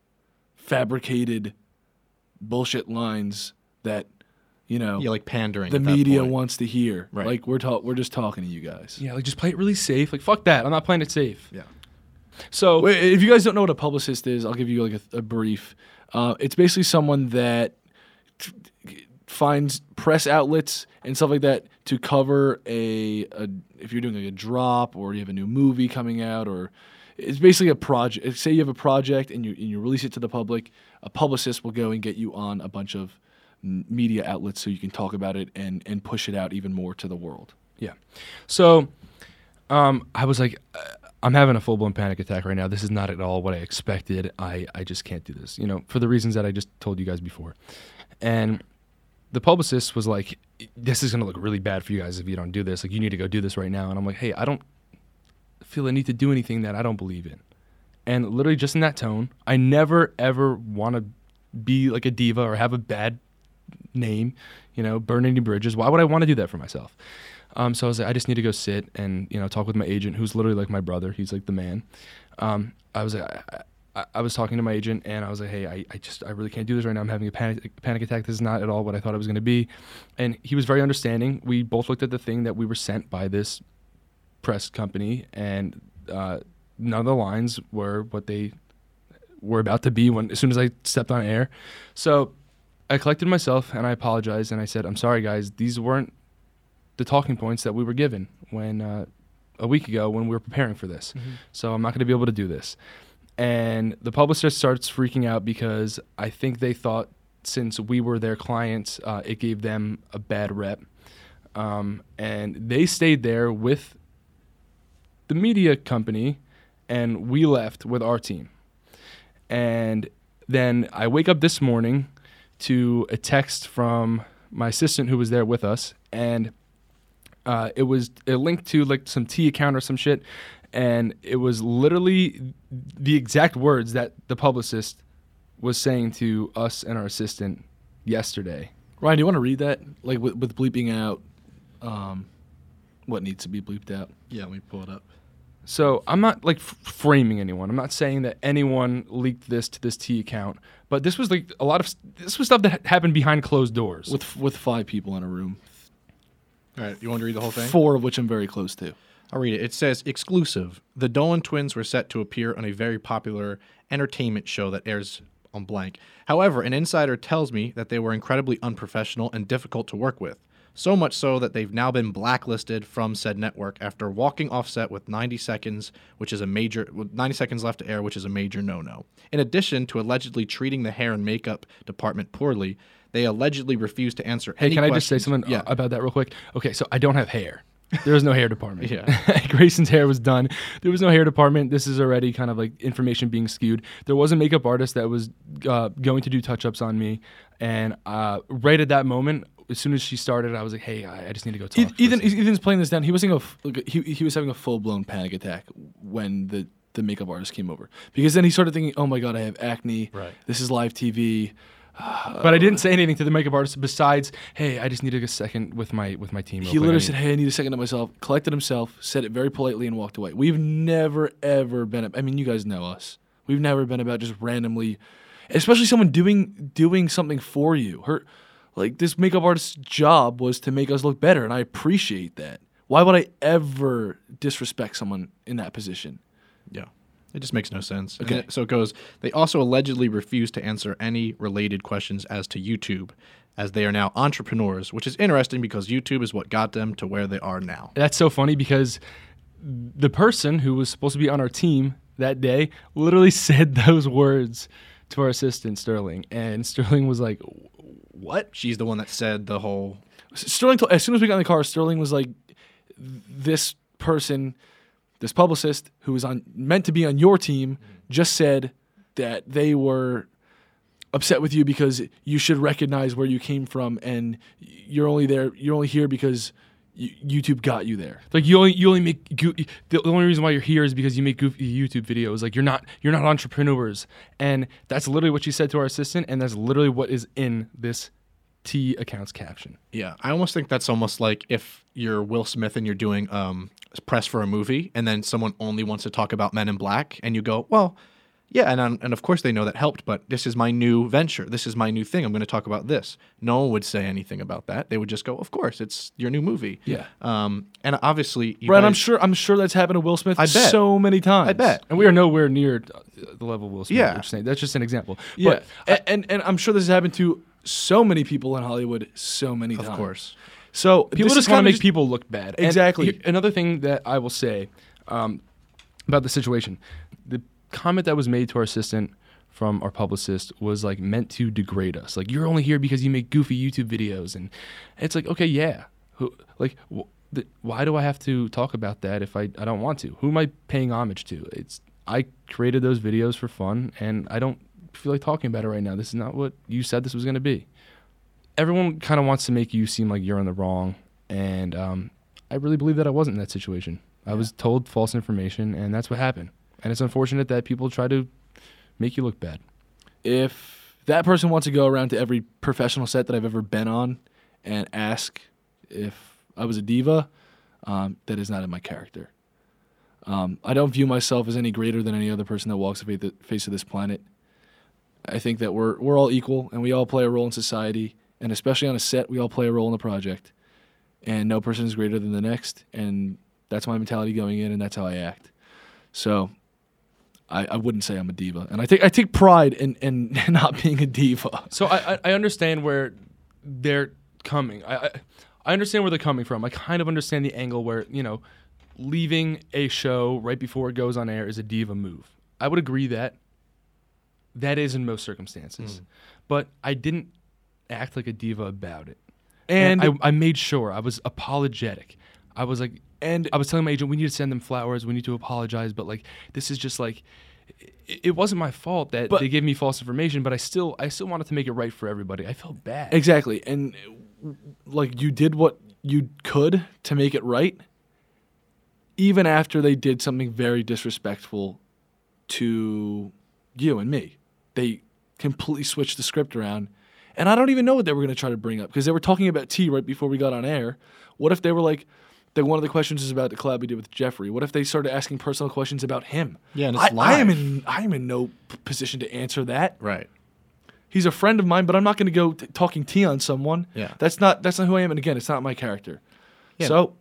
S3: fabricated bullshit lines that you know
S2: Yeah, like pandering.
S3: the
S2: at that
S3: media
S2: point.
S3: wants to hear.
S2: Right.
S3: Like we're ta- we're just talking to you guys.
S1: yeah, like just play it really safe. Like fuck that. I'm not playing it safe.
S2: Yeah.
S1: So
S3: Wait, if you guys don't know what a publicist is, I'll give you like a, a brief. Uh, it's basically someone that t- finds press outlets and stuff like that to cover a, a if you're doing like a drop or you have a new movie coming out or it's basically a project. Say you have a project and you and you release it to the public, a publicist will go and get you on a bunch of m- media outlets so you can talk about it and and push it out even more to the world.
S1: Yeah. So um, I was like, uh, I'm having a full blown panic attack right now. This is not at all what I expected. I, I just can't do this, you know, for the reasons that I just told you guys before. And the publicist was like, This is going to look really bad for you guys if you don't do this. Like, you need to go do this right now. And I'm like, Hey, I don't feel the need to do anything that I don't believe in. And literally, just in that tone, I never ever want to be like a diva or have a bad name, you know, burn any bridges. Why would I want to do that for myself? Um, so I was like, I just need to go sit and you know talk with my agent, who's literally like my brother. He's like the man. Um, I was like, I, I, I was talking to my agent, and I was like, hey, I, I just I really can't do this right now. I'm having a panic panic attack. This is not at all what I thought it was going to be. And he was very understanding. We both looked at the thing that we were sent by this press company, and uh, none of the lines were what they were about to be when as soon as I stepped on air. So I collected myself and I apologized and I said, I'm sorry, guys. These weren't the talking points that we were given when uh, a week ago when we were preparing for this. So I'm not going to be able to do this. And the publisher starts freaking out because I think they thought since we were their clients, uh, it gave them a bad rep. Um, and they stayed there with the media company, and we left with our team. And then I wake up this morning to a text from my assistant who was there with us, and uh, it was it linked to like some T account or some shit, and it was literally the exact words that the publicist was saying to us and our assistant yesterday.
S3: Ryan, do you want to read that? Like with, with bleeping out um, what needs to be bleeped out?
S2: Yeah, let me pull it up.
S1: So I'm not like f- framing anyone. I'm not saying that anyone leaked this to this T account, but this was like a lot of s- this was stuff that ha- happened behind closed doors.
S3: With with five people in a room,
S2: All right, you want to read the whole thing?
S3: four of which I'm very close to.
S2: I'll read it. It says exclusive. The Dolan twins were set to appear on a very popular entertainment show that airs on blank. However, an insider tells me that they were incredibly unprofessional and difficult to work with. So much so that they've now been blacklisted from said network after walking off set with 90 seconds, which is a major with 90 seconds left to air, which is a major no-no. In addition to allegedly treating the hair and makeup department poorly, they allegedly refused to answer
S1: hey,
S2: any
S1: can I just say
S2: questions-
S1: something uh,
S2: Yeah.
S1: about that real quick? Okay, so I don't have hair. There was no hair department.
S2: Yeah.
S1: Grayson's hair was done. There was no hair department. This is already kind of like information being skewed. There was a makeup artist that was uh, going to do touch ups on me. And uh, right at that moment, as soon as she started, I was like, hey, I, I just need to
S2: E-,
S1: go
S2: Oh,
S1: talk. for a
S3: E-, Ethan,
S1: second.
S3: Ethan's playing this down. He was having a f- like, he, he was having a full blown panic attack when the the makeup artist came over because then he started thinking, oh my god, I have acne.
S2: Right.
S3: This is live TV.
S1: But I didn't say anything to the makeup artist besides, "Hey, I just need a second with my with my team." real
S3: he
S1: quick. I
S3: literally
S1: need-"
S3: said, "Hey, I need a second to myself." Collected himself, said it very politely, and walked away. We've never ever been. I mean, you guys know us. We've never been about just randomly, especially someone doing doing something for you. Her, like this makeup artist's job was to make us look better, and I appreciate that. Why would I ever disrespect someone in that position?
S2: Yeah. It just makes no sense. Okay. so it goes. They also allegedly refused to answer any related questions as to YouTube, as they are now entrepreneurs, which is interesting because YouTube is what got them to where they are now.
S1: That's so funny because the person who was supposed to be on our team that day literally said those words to our assistant Sterling, and Sterling was like,
S2: What? She's the one that said the whole.
S3: Sterling, told, as soon as we got in the car, Sterling was like, "This person, this publicist who was on meant to be on your team, just said that they were upset with you because you should recognize where you came from, and you're only there, you're only here because." y- YouTube got you there.
S1: Like you only you only make goo- the only reason why you're here is because you make goofy YouTube videos. Like you're not you're not entrepreneurs, and that's literally what she said to our assistant, and that's literally what is in this T account's caption.
S2: Yeah, I almost think that's almost like if you're Will Smith and you're doing um, press for a movie, and then someone only wants to talk about Men in Black, and you go, well, yeah, and I'm, and of course they know that helped, but this is my new venture. This is my new thing. I'm going to talk about this. No one would say anything about that. They would just go, of course, it's your new movie.
S3: Yeah.
S2: Um, and obviously, you
S3: Brad, I'm
S2: guys-
S3: sure I'm sure that's happened to Will Smith
S2: I bet.
S3: so many times.
S2: I bet.
S1: And we are nowhere near uh, the level of Will Smith.
S2: Yeah.
S1: which is- that's just an example.
S3: Yeah.
S1: But
S3: A- and, and I'm sure this has happened to so many people in Hollywood so many times.
S2: Of course.
S3: So
S1: people
S3: this
S1: just want to
S3: kinda
S1: make
S3: just-
S1: people look bad. And
S3: Exactly.
S1: here- another thing that I will say um, about the situation, the comment that was made to our assistant from our publicist was like meant to degrade us. Like you're only here because you make goofy YouTube videos, and it's like okay, yeah, who, like. Wh- th- why do I have to talk about that if I, I don't want to? Who am I paying homage to? It's I created those videos for fun, and I don't feel like talking about it right now. This is not what you said this was going to be everyone kind of wants to make you seem like you're in the wrong, and um, I really believe that I wasn't in that situation. I was told false information, and that's what happened. And it's unfortunate that people try to make you look bad.
S3: if that person wants to go around to every professional set that I've ever been on and ask if I was a diva, um, that is not in my character. Um, I don't view myself as any greater than any other person that walks the fa- face of this planet. I think that we're we're all equal and we all play a role in society, and especially on a set, we all play a role in the project. And no person is greater than the next, and that's my mentality going in, and that's how I act. So I, I wouldn't say I'm a diva, and I take I take pride in in not being a diva.
S1: So I, I, I understand where they're coming. I, I I understand where they're coming from. I kind of understand the angle where you know leaving a show right before it goes on air is a diva move. I would agree that that is in most circumstances,
S3: Mm.
S1: but I didn't act like a diva about it.
S3: And
S1: I, I made sure I was apologetic. I was like,
S3: And-
S1: I was telling my agent, we need to send them flowers. We need to apologize. But like, this is just like, it, it wasn't my fault that
S3: But-
S1: they gave me false information. But I still, I still wanted to make it right for everybody. I felt bad.
S3: exactly, and like you did what you could to make it right, even after they did something very disrespectful to you and me. They completely switched the script around, and I don't even know what they were going to try to bring up because they were talking about tea right before we got on air. What if they were like? That one of the questions is about the collab we did with Jeffrey. What if they started asking personal questions about him?
S2: Yeah, and it's
S3: I, I am
S2: live.
S3: in I am in no p- position to answer that.
S2: Right.
S3: He's a friend of mine, but I'm not going to go t- talking tea on someone.
S2: Yeah.
S3: that's not that's not who I am, and again, it's not my character. So,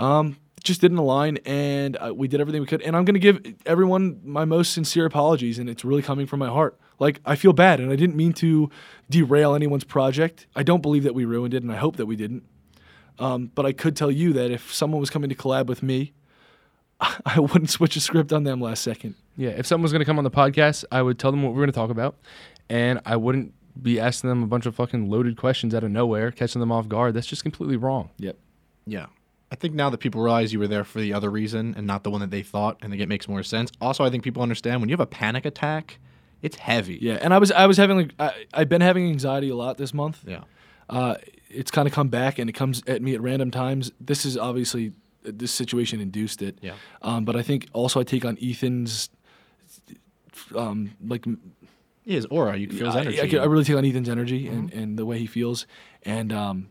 S3: um, it just didn't align, and uh, we did everything we could. And I'm going to give everyone my most sincere apologies, and it's really coming from my heart. Like I feel bad, and I didn't mean to derail anyone's project. I don't believe that we ruined it, and I hope that we didn't. Um, but I could tell you that if someone was coming to collab with me, I wouldn't switch a script on them last second.
S1: Yeah. If someone was gonna come on the podcast, I would tell them what we're gonna talk about, and I wouldn't be asking them a bunch of fucking loaded questions out of nowhere, catching them off guard. That's just completely wrong.
S3: Yep.
S2: Yeah. I think now that people realize you were there for the other reason and not the one that they thought, and think it makes more sense. Also, I think people understand when you have a panic attack, it's heavy.
S3: Yeah, and I was I was having like I, I've been having anxiety a lot this month.
S2: Yeah.
S3: Uh, it's kind of come back and it comes at me at random times. This is obviously uh, this situation induced it.
S2: Yeah.
S3: Um, but I think also I take on Ethan's um like
S2: Yeah, His aura, you can feel his
S3: I-
S2: energy. Mm-hmm.
S3: I, could- I really take on Ethan's energy and, and the way he feels. And um,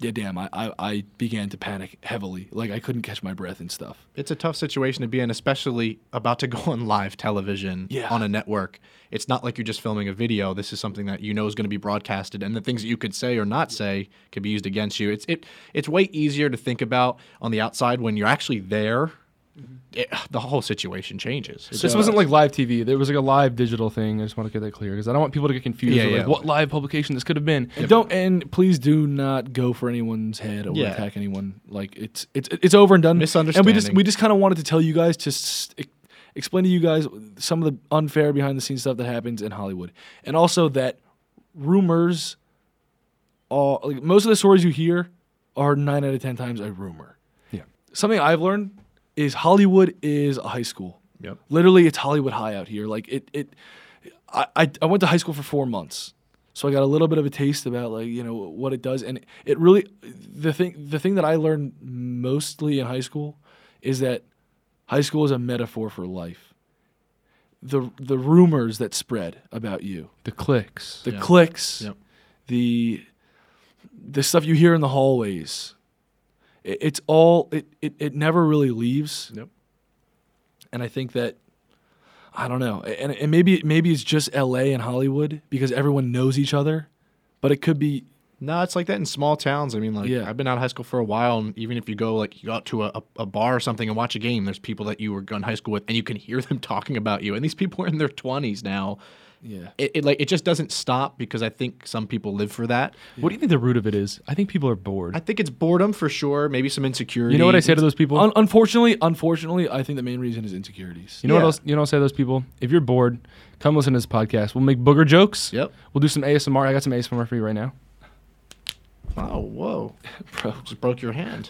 S3: yeah, damn, I, I I began to panic heavily. Like I couldn't catch my breath and stuff.
S2: it's a tough situation to be in, especially about to go on live television
S3: Yeah.
S2: on a network. It's not like you're just filming a video. This is something that you know is going to be broadcasted, and the things that you could say or not say could be used
S3: Mm-hmm.
S2: against you. It's it it's way easier to think about on the outside when you're actually there it, the whole situation changes. It
S1: this
S2: does.
S1: wasn't like live TV. There was like a live digital thing. I just want to get that clear because I don't want people to get confused.
S2: Yeah,
S1: with,
S2: yeah.
S1: Like, what live publication this could have been?
S3: And don't and please do not go for anyone's head or
S2: Yeah.
S3: attack anyone. Like it's it's it's over and done. And we just
S2: Misunderstanding.
S3: we just kind of wanted to tell you guys to s- e- explain to you guys some of the unfair behind the scenes stuff that happens in Hollywood, and also that rumors are like most of the stories you hear are nine out of ten times a rumor.
S1: Yeah.
S3: Something I've learned is Hollywood is a high school.
S2: Yep.
S3: Literally, it's Hollywood high out here. Like it, it. I, I, I went to high school for four months, so I got a little bit of a taste about like you know what it does, and it really the thing the thing that I learned mostly in high school is that high school is a metaphor for life. The the rumors that spread about you,
S1: The clicks.
S3: the
S2: Yeah.
S3: clicks,
S2: Yep.
S3: the the stuff you hear in the hallways. It, it's all it, it it never really leaves.
S2: Yep.
S3: And I think that I don't know. And, and maybe maybe it's just L.A. and Hollywood because everyone knows each other, but it could be
S2: No, it's like that in small towns. I mean, like
S3: Yeah.
S2: I've been out of high school for a while, and even if you go like you go out to a, a bar or something and watch a game, there's people that you were in high school with, and you can hear them talking about you. And these people are in their twenties now.
S3: yeah.
S2: It, it like it just doesn't stop because I think some people live for that.
S1: What do you think the root of it is? I think people are bored.
S2: I think it's boredom for sure, maybe some insecurity.
S1: you know what I say to those people?
S3: Un- unfortunately, unfortunately, I think the main reason is insecurities.
S1: You know
S2: Yeah.
S1: what else? You know what I say to those people? If you're bored, come listen to this podcast. We'll make booger jokes.
S2: Yep.
S1: We'll do some ASMR. I got some ASMR for you right now.
S2: Oh, whoa,
S3: Bro.
S2: just broke your hand.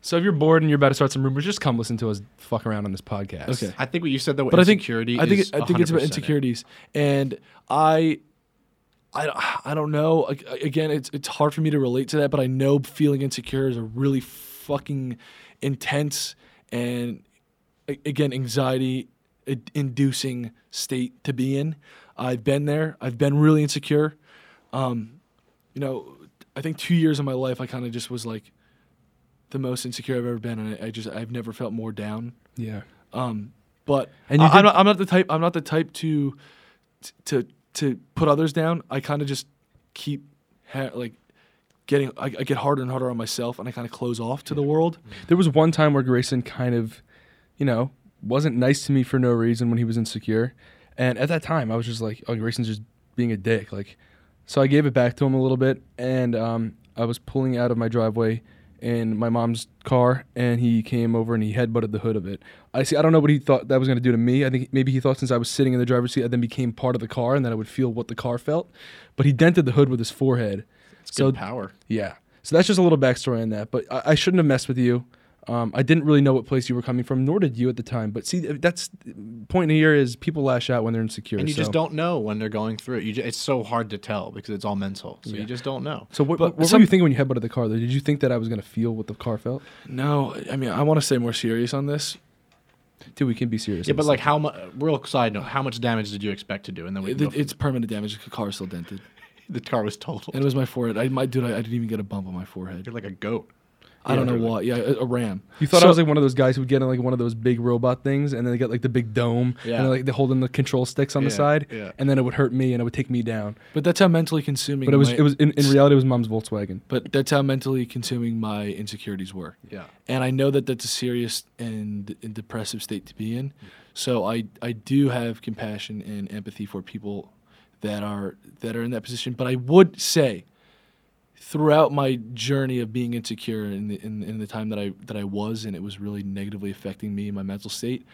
S1: So if you're bored and you're about to start some rumors, just come listen to us fuck around on this podcast.
S3: Okay.
S2: I think what you said though,
S3: But I think
S2: insecurity.
S3: I think
S2: is
S3: it- I think it's about
S2: 100% it.
S3: insecurities, and I. I, don't- I don't know. Ag- Again, it's it's hard for me to relate to that, but I know feeling insecure is a really fucking intense and a- again anxiety i- inducing state to be in. I've been there. I've been really insecure. Um, you know, I think two years of my life, I kind of just was like the most insecure I've ever been, and I, I just I've never felt more down.
S1: Yeah.
S3: Um, but
S1: And you
S3: I,
S1: did-
S3: am not, I'm not the type. I'm not the type to to to put others down. I kind of just keep ha- like getting. I, I get harder and harder on myself, and I kind of close off to the world.
S1: There was one time where Grayson kind of, you know, wasn't nice to me for no reason when he was insecure. And at that time, I was just like, oh, Grayson's just being a dick. Like, so I gave it back to him a little bit. And um, I was pulling out of my driveway in my mom's car, and he came over and he headbutted the hood of it. I see. I don't know what he thought that was going to do to me. I think maybe he thought since I was sitting in the driver's seat, I then became part of the car, and that I would feel what the car felt. But he dented the hood with his forehead.
S2: It's
S1: So-
S2: good power.
S1: Yeah. So that's just a little backstory on that. But I, I shouldn't have messed with you. Um, I didn't really know what place you were coming from, nor did you at the time. But see, that's point here is people lash out when they're insecure.
S2: And you just
S1: so-
S2: don't know when they're going through it. You ju- it's so hard to tell because it's all mental. So you just don't know.
S1: So what,
S3: But
S1: what were
S3: some-
S1: you thinking when you headbutted the car? Though, did you think that I was going to feel what the car felt?
S3: No, I mean I want to stay more serious on this.
S1: Dude, we can be serious.
S2: Yeah,
S1: on
S2: but
S1: this
S2: like
S1: thing.
S2: how much? Real side note: How much damage did you expect to do? And then we
S3: It-
S2: can go from
S3: it's permanent damage. The car's still dented,
S2: there. the car was totaled.
S3: and it was my forehead. I my dude, I, I didn't even get a bump on my forehead.
S2: You're like a goat.
S3: I don't know why. Yeah, a, a ram.
S1: you thought
S3: So-
S1: I was like one of those guys who would get in like one of those big robot things, and then they got like the big dome,
S2: Yeah.
S1: and they're, like they're holding the control sticks on the
S2: Yeah,
S1: side,
S2: yeah.
S1: and then it would hurt me, and it would take me down.
S3: but that's how mentally consuming.
S1: But it was
S3: my-
S1: it was in, in reality it was mom's Volkswagen.
S3: But that's how mentally consuming my insecurities were.
S2: Yeah.
S3: and I know that that's a serious and, and depressive state to be in. So I I do have compassion and empathy for people that are that are in that position. But I would say, throughout my journey of being insecure in the, in, in the time that I that I was and it was really negatively affecting me and my mental state,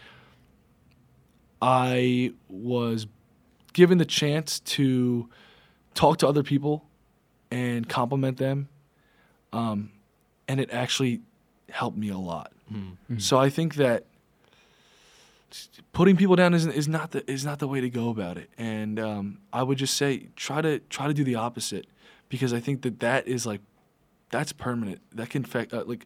S3: I was given the chance to talk to other people and compliment them and it actually helped me a lot.
S2: Hmm.
S3: So I think that putting people down isn't is not the is not the way to go about it. And um, I would just say try to try to do the opposite because I think that that is like that's permanent. That can affect uh, like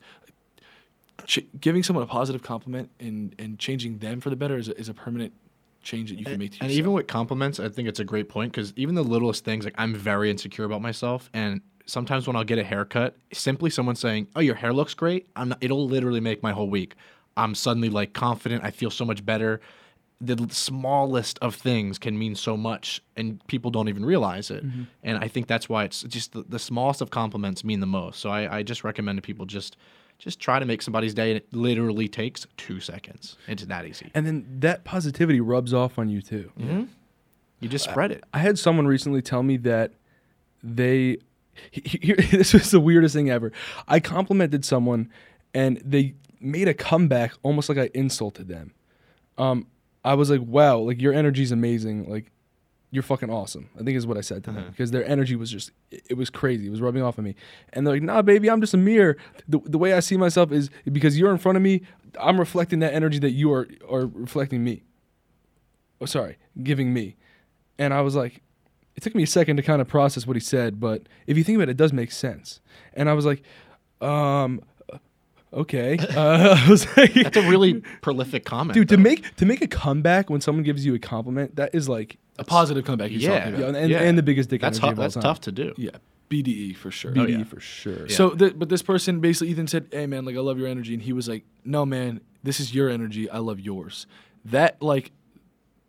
S3: ch- giving someone a positive compliment and and changing them for the better is a, is a permanent change that you can make to yourself.
S2: And even with compliments, I think it's a great point because even the littlest things, like I'm very insecure about myself, and sometimes when I'll get a haircut, simply someone saying, "Oh, your hair looks great," I'm not, it'll literally make my whole week. I'm suddenly like confident. I feel so much better. The l- smallest of things can mean so much, and people don't even realize it. And I think that's why it's just the, the smallest of compliments mean the most. So I, I just recommend to people just Just try to make somebody's day, and it literally takes two seconds. It's that easy.
S1: And then that positivity rubs off on you too.
S2: You just spread it.
S1: I had someone recently tell me that they. he- he- he- this was the weirdest thing ever. I complimented someone, and they made a comeback almost like I insulted them. Um, I was like, "Wow, like your energy's amazing. Like, you're fucking awesome." I think is what I said to them because their energy was just it, it was crazy. It was rubbing off on me, and they're like, "Nah, baby, I'm just a mirror. The, the way I see myself is because you're in front of me. I'm reflecting that energy that you are are reflecting me." oh, sorry, giving me. And I was like, it took me a second to kind of process what he said, but if you think about it, it does make sense. And I was like, um, okay. Uh, I was like,
S2: That's a really prolific comment,
S1: dude, to
S2: though.
S1: make to make a comeback when someone gives you a compliment, that is like,
S3: A positive comeback you're
S2: yeah,
S3: talking
S1: yeah,
S3: about.
S1: and, and the biggest dick
S2: That's
S1: energy
S2: hu-
S1: of all
S2: that's
S1: time.
S2: tough to do.
S3: Yeah. BDE for sure.
S2: E.
S1: BD for sure.
S3: So, th- but this person basically, Ethan said, "Hey, man, like I love your energy," and he was like, "No, man, this is your energy. I love yours." That like,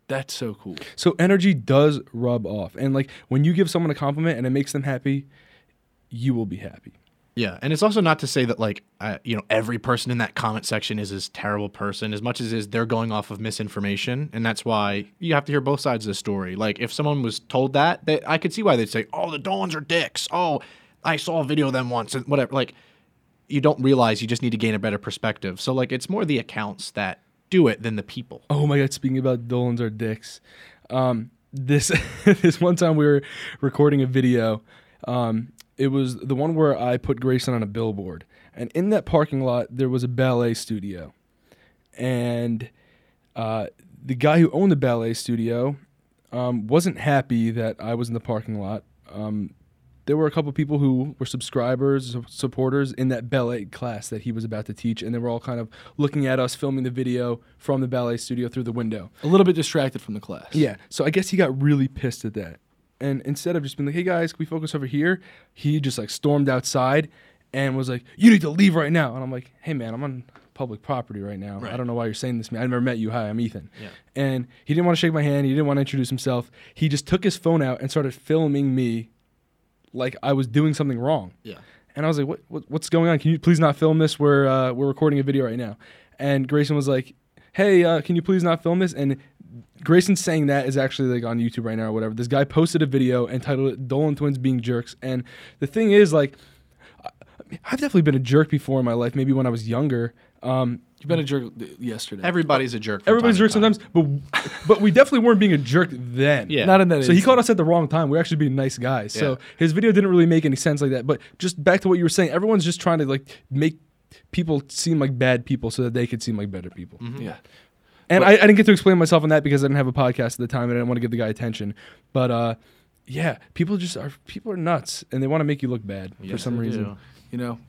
S3: that's so cool.
S1: So energy does rub off, and like when you give someone a compliment and it makes them happy, you will be happy.
S2: Yeah, and it's also not to say that like uh, you know every person in that comment section is this terrible person. As much as is they're going off of misinformation, and that's why you have to hear both sides of the story. Like if someone was told that, that I could see why they'd say, "Oh, the Dawns are dicks." Oh, I saw a video of them once, and whatever. Like you don't realize you just need to gain a better perspective. So like it's more the accounts that do it than the people.
S1: Oh my god, speaking about Dolans are dicks. Um, this this one time we were recording a video. Um, it was the one where I put Grayson on a billboard, and in that parking lot there was a ballet studio, and uh, the guy who owned the ballet studio um, wasn't happy that I was in the parking lot. Um, there were a couple people who were subscribers, su- supporters in that ballet class that he was about to teach, and they were all kind of looking at us filming the video from the ballet studio through the window.
S3: A little bit distracted from the class.
S1: Yeah. So I guess he got really pissed at that. And instead of just being like, hey guys, can we focus over here? He just like stormed outside and was like, you need to leave right now. And I'm like, hey man, I'm on public property right now. I don't know why you're saying this to me. I never met you. Hi, I'm Ethan. And he didn't want to shake my hand. He didn't want to introduce himself. He just took his phone out and started filming me like I was doing something wrong.
S2: Yeah.
S1: And I was like, what, what, what's going on? Can you please not film this? We're, uh, we're recording a video right now. And Grayson was like, hey, uh, can you please not film this? And Grayson saying that is actually like on YouTube right now or whatever. This guy posted a video entitled it Dolan Twins Being Jerks. And the thing is, like, I- I've definitely been a jerk before in my life, maybe when I was younger. Um,
S3: You've been a jerk th- yesterday.
S2: Everybody's a jerk. from
S1: everybody's
S2: time
S1: jerks
S2: to time.
S1: sometimes, but but we definitely weren't being a jerk then.
S2: Yeah.
S3: Not in that.
S1: So he
S3: instance.
S1: called us at the wrong time. We were actually being nice guys.
S2: Yeah.
S1: So his video didn't really make any sense like that. But just back to what you were saying, everyone's just trying to like make people seem like bad people so that they could seem like better people.
S2: Mm-hmm.
S3: Yeah.
S1: And I, I didn't get to explain myself on that because I didn't have a podcast at the time and I didn't want to give the guy attention. But uh, yeah, people just are people are nuts and they want to make you look bad for
S2: Yes,
S1: some
S2: they
S1: reason.
S2: do.
S3: You know.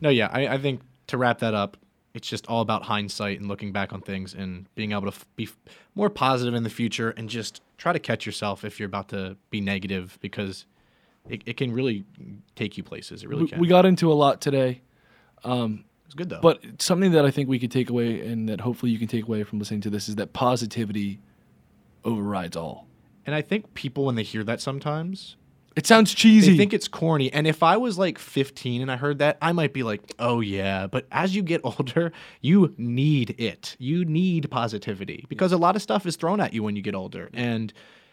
S2: No, yeah, I, I think to wrap that up, it's just all about hindsight and looking back on things and being able to f- be f- more positive in the future and just try to catch yourself if you're about to be negative because it, it can really take you places. It really
S3: We,
S2: can.
S3: we got into a lot today,
S2: it's good though.
S3: but something that I think we could take away, and that hopefully you can take away from listening to this, is that positivity overrides all.
S2: and I think people when they hear that sometimes
S3: It sounds
S2: they
S3: cheesy.
S2: think it's corny. And if I was like 15 and I heard that, I might be like, oh yeah. But as you get older, you need it. You need positivity because a lot of stuff is thrown at you when you get older. And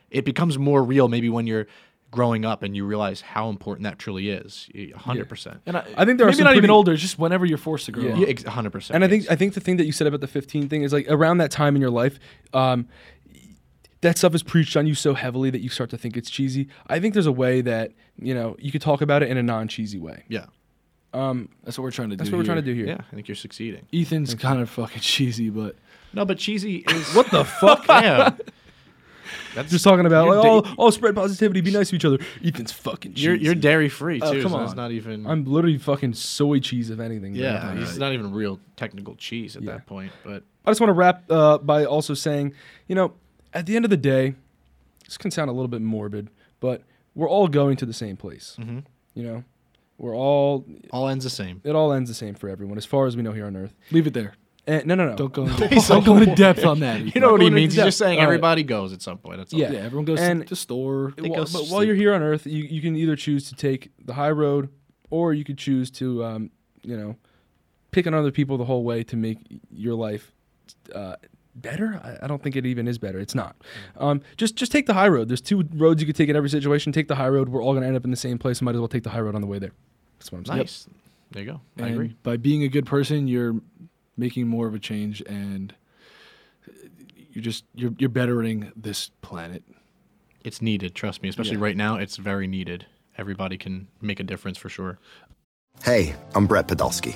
S2: it becomes more real maybe when you're growing up and you realize how important that truly is. 100%.
S3: and I,
S1: I think there are
S3: maybe
S1: some
S3: not even
S1: pretty-
S3: older. Just whenever you're forced to grow
S1: Yeah.
S3: up.
S2: Yeah, ex- 100%.
S1: And I think
S2: yes.
S1: I think the thing that you said about the 15 thing is like around that time in your life, um, that stuff is preached on you so heavily that you start to think it's cheesy. I think there's a way that you know you could talk about it in a non-cheesy way.
S2: yeah.
S3: That's what we're trying to
S1: That's
S3: do.
S1: what we're trying to
S3: here.
S1: do here.
S2: Yeah, I think you're succeeding.
S3: Ethan's kind of fucking cheesy, but
S2: No, but cheesy is.
S1: What the fuck?
S2: yeah.
S1: Just talking about
S2: You're
S1: like,
S2: da-
S1: oh, oh, spread positivity, be nice to each other. Ethan's fucking cheesy.
S2: You're, you're dairy free too.
S1: Oh, come
S2: so it's
S1: on.
S2: not even.
S1: I'm literally fucking soy cheese if anything. bro.
S2: yeah, it's not even real technical cheese at that point. But
S1: I just want to wrap uh, by also saying, you know, at the end of the day, this can sound a little bit morbid, but we're all going to the same place.
S2: Mm-hmm.
S1: You know, we're all
S2: all ends the same.
S1: it all ends the same for everyone, as far as we know here on Earth.
S3: leave it there.
S1: And, no, no, no.
S3: Don't go. Into, don't go into depth on that. Ethan.
S2: You know what he
S1: Going into
S2: means. He's
S1: depth.
S2: just saying
S1: All right.
S2: everybody goes at some point. That's all.
S1: Yeah.
S3: Yeah, everyone goes
S1: And-
S3: to the store.
S1: Wh-
S2: Think I'll
S1: but while
S2: sleep.
S1: you're here on Earth, you, you can either choose to take the high road, or you could choose to, um, you know, pick on other people the whole way to make your life uh, better. I, I don't think it even is better. It's not. Um, just just take the high road. There's two roads you could take in every situation. Take the high road. We're all going to end up in the same place. Might as well take the high road on the way there. That's what I'm saying.
S2: Nice. There you go. I
S3: And
S2: agree.
S3: By being a good person, you're making more of a change, and you're just you're you're bettering this planet.
S2: It's needed, trust me. Especially right now, it's very needed. Everybody can make a difference for sure.
S6: Hey, I'm Brett Podolsky,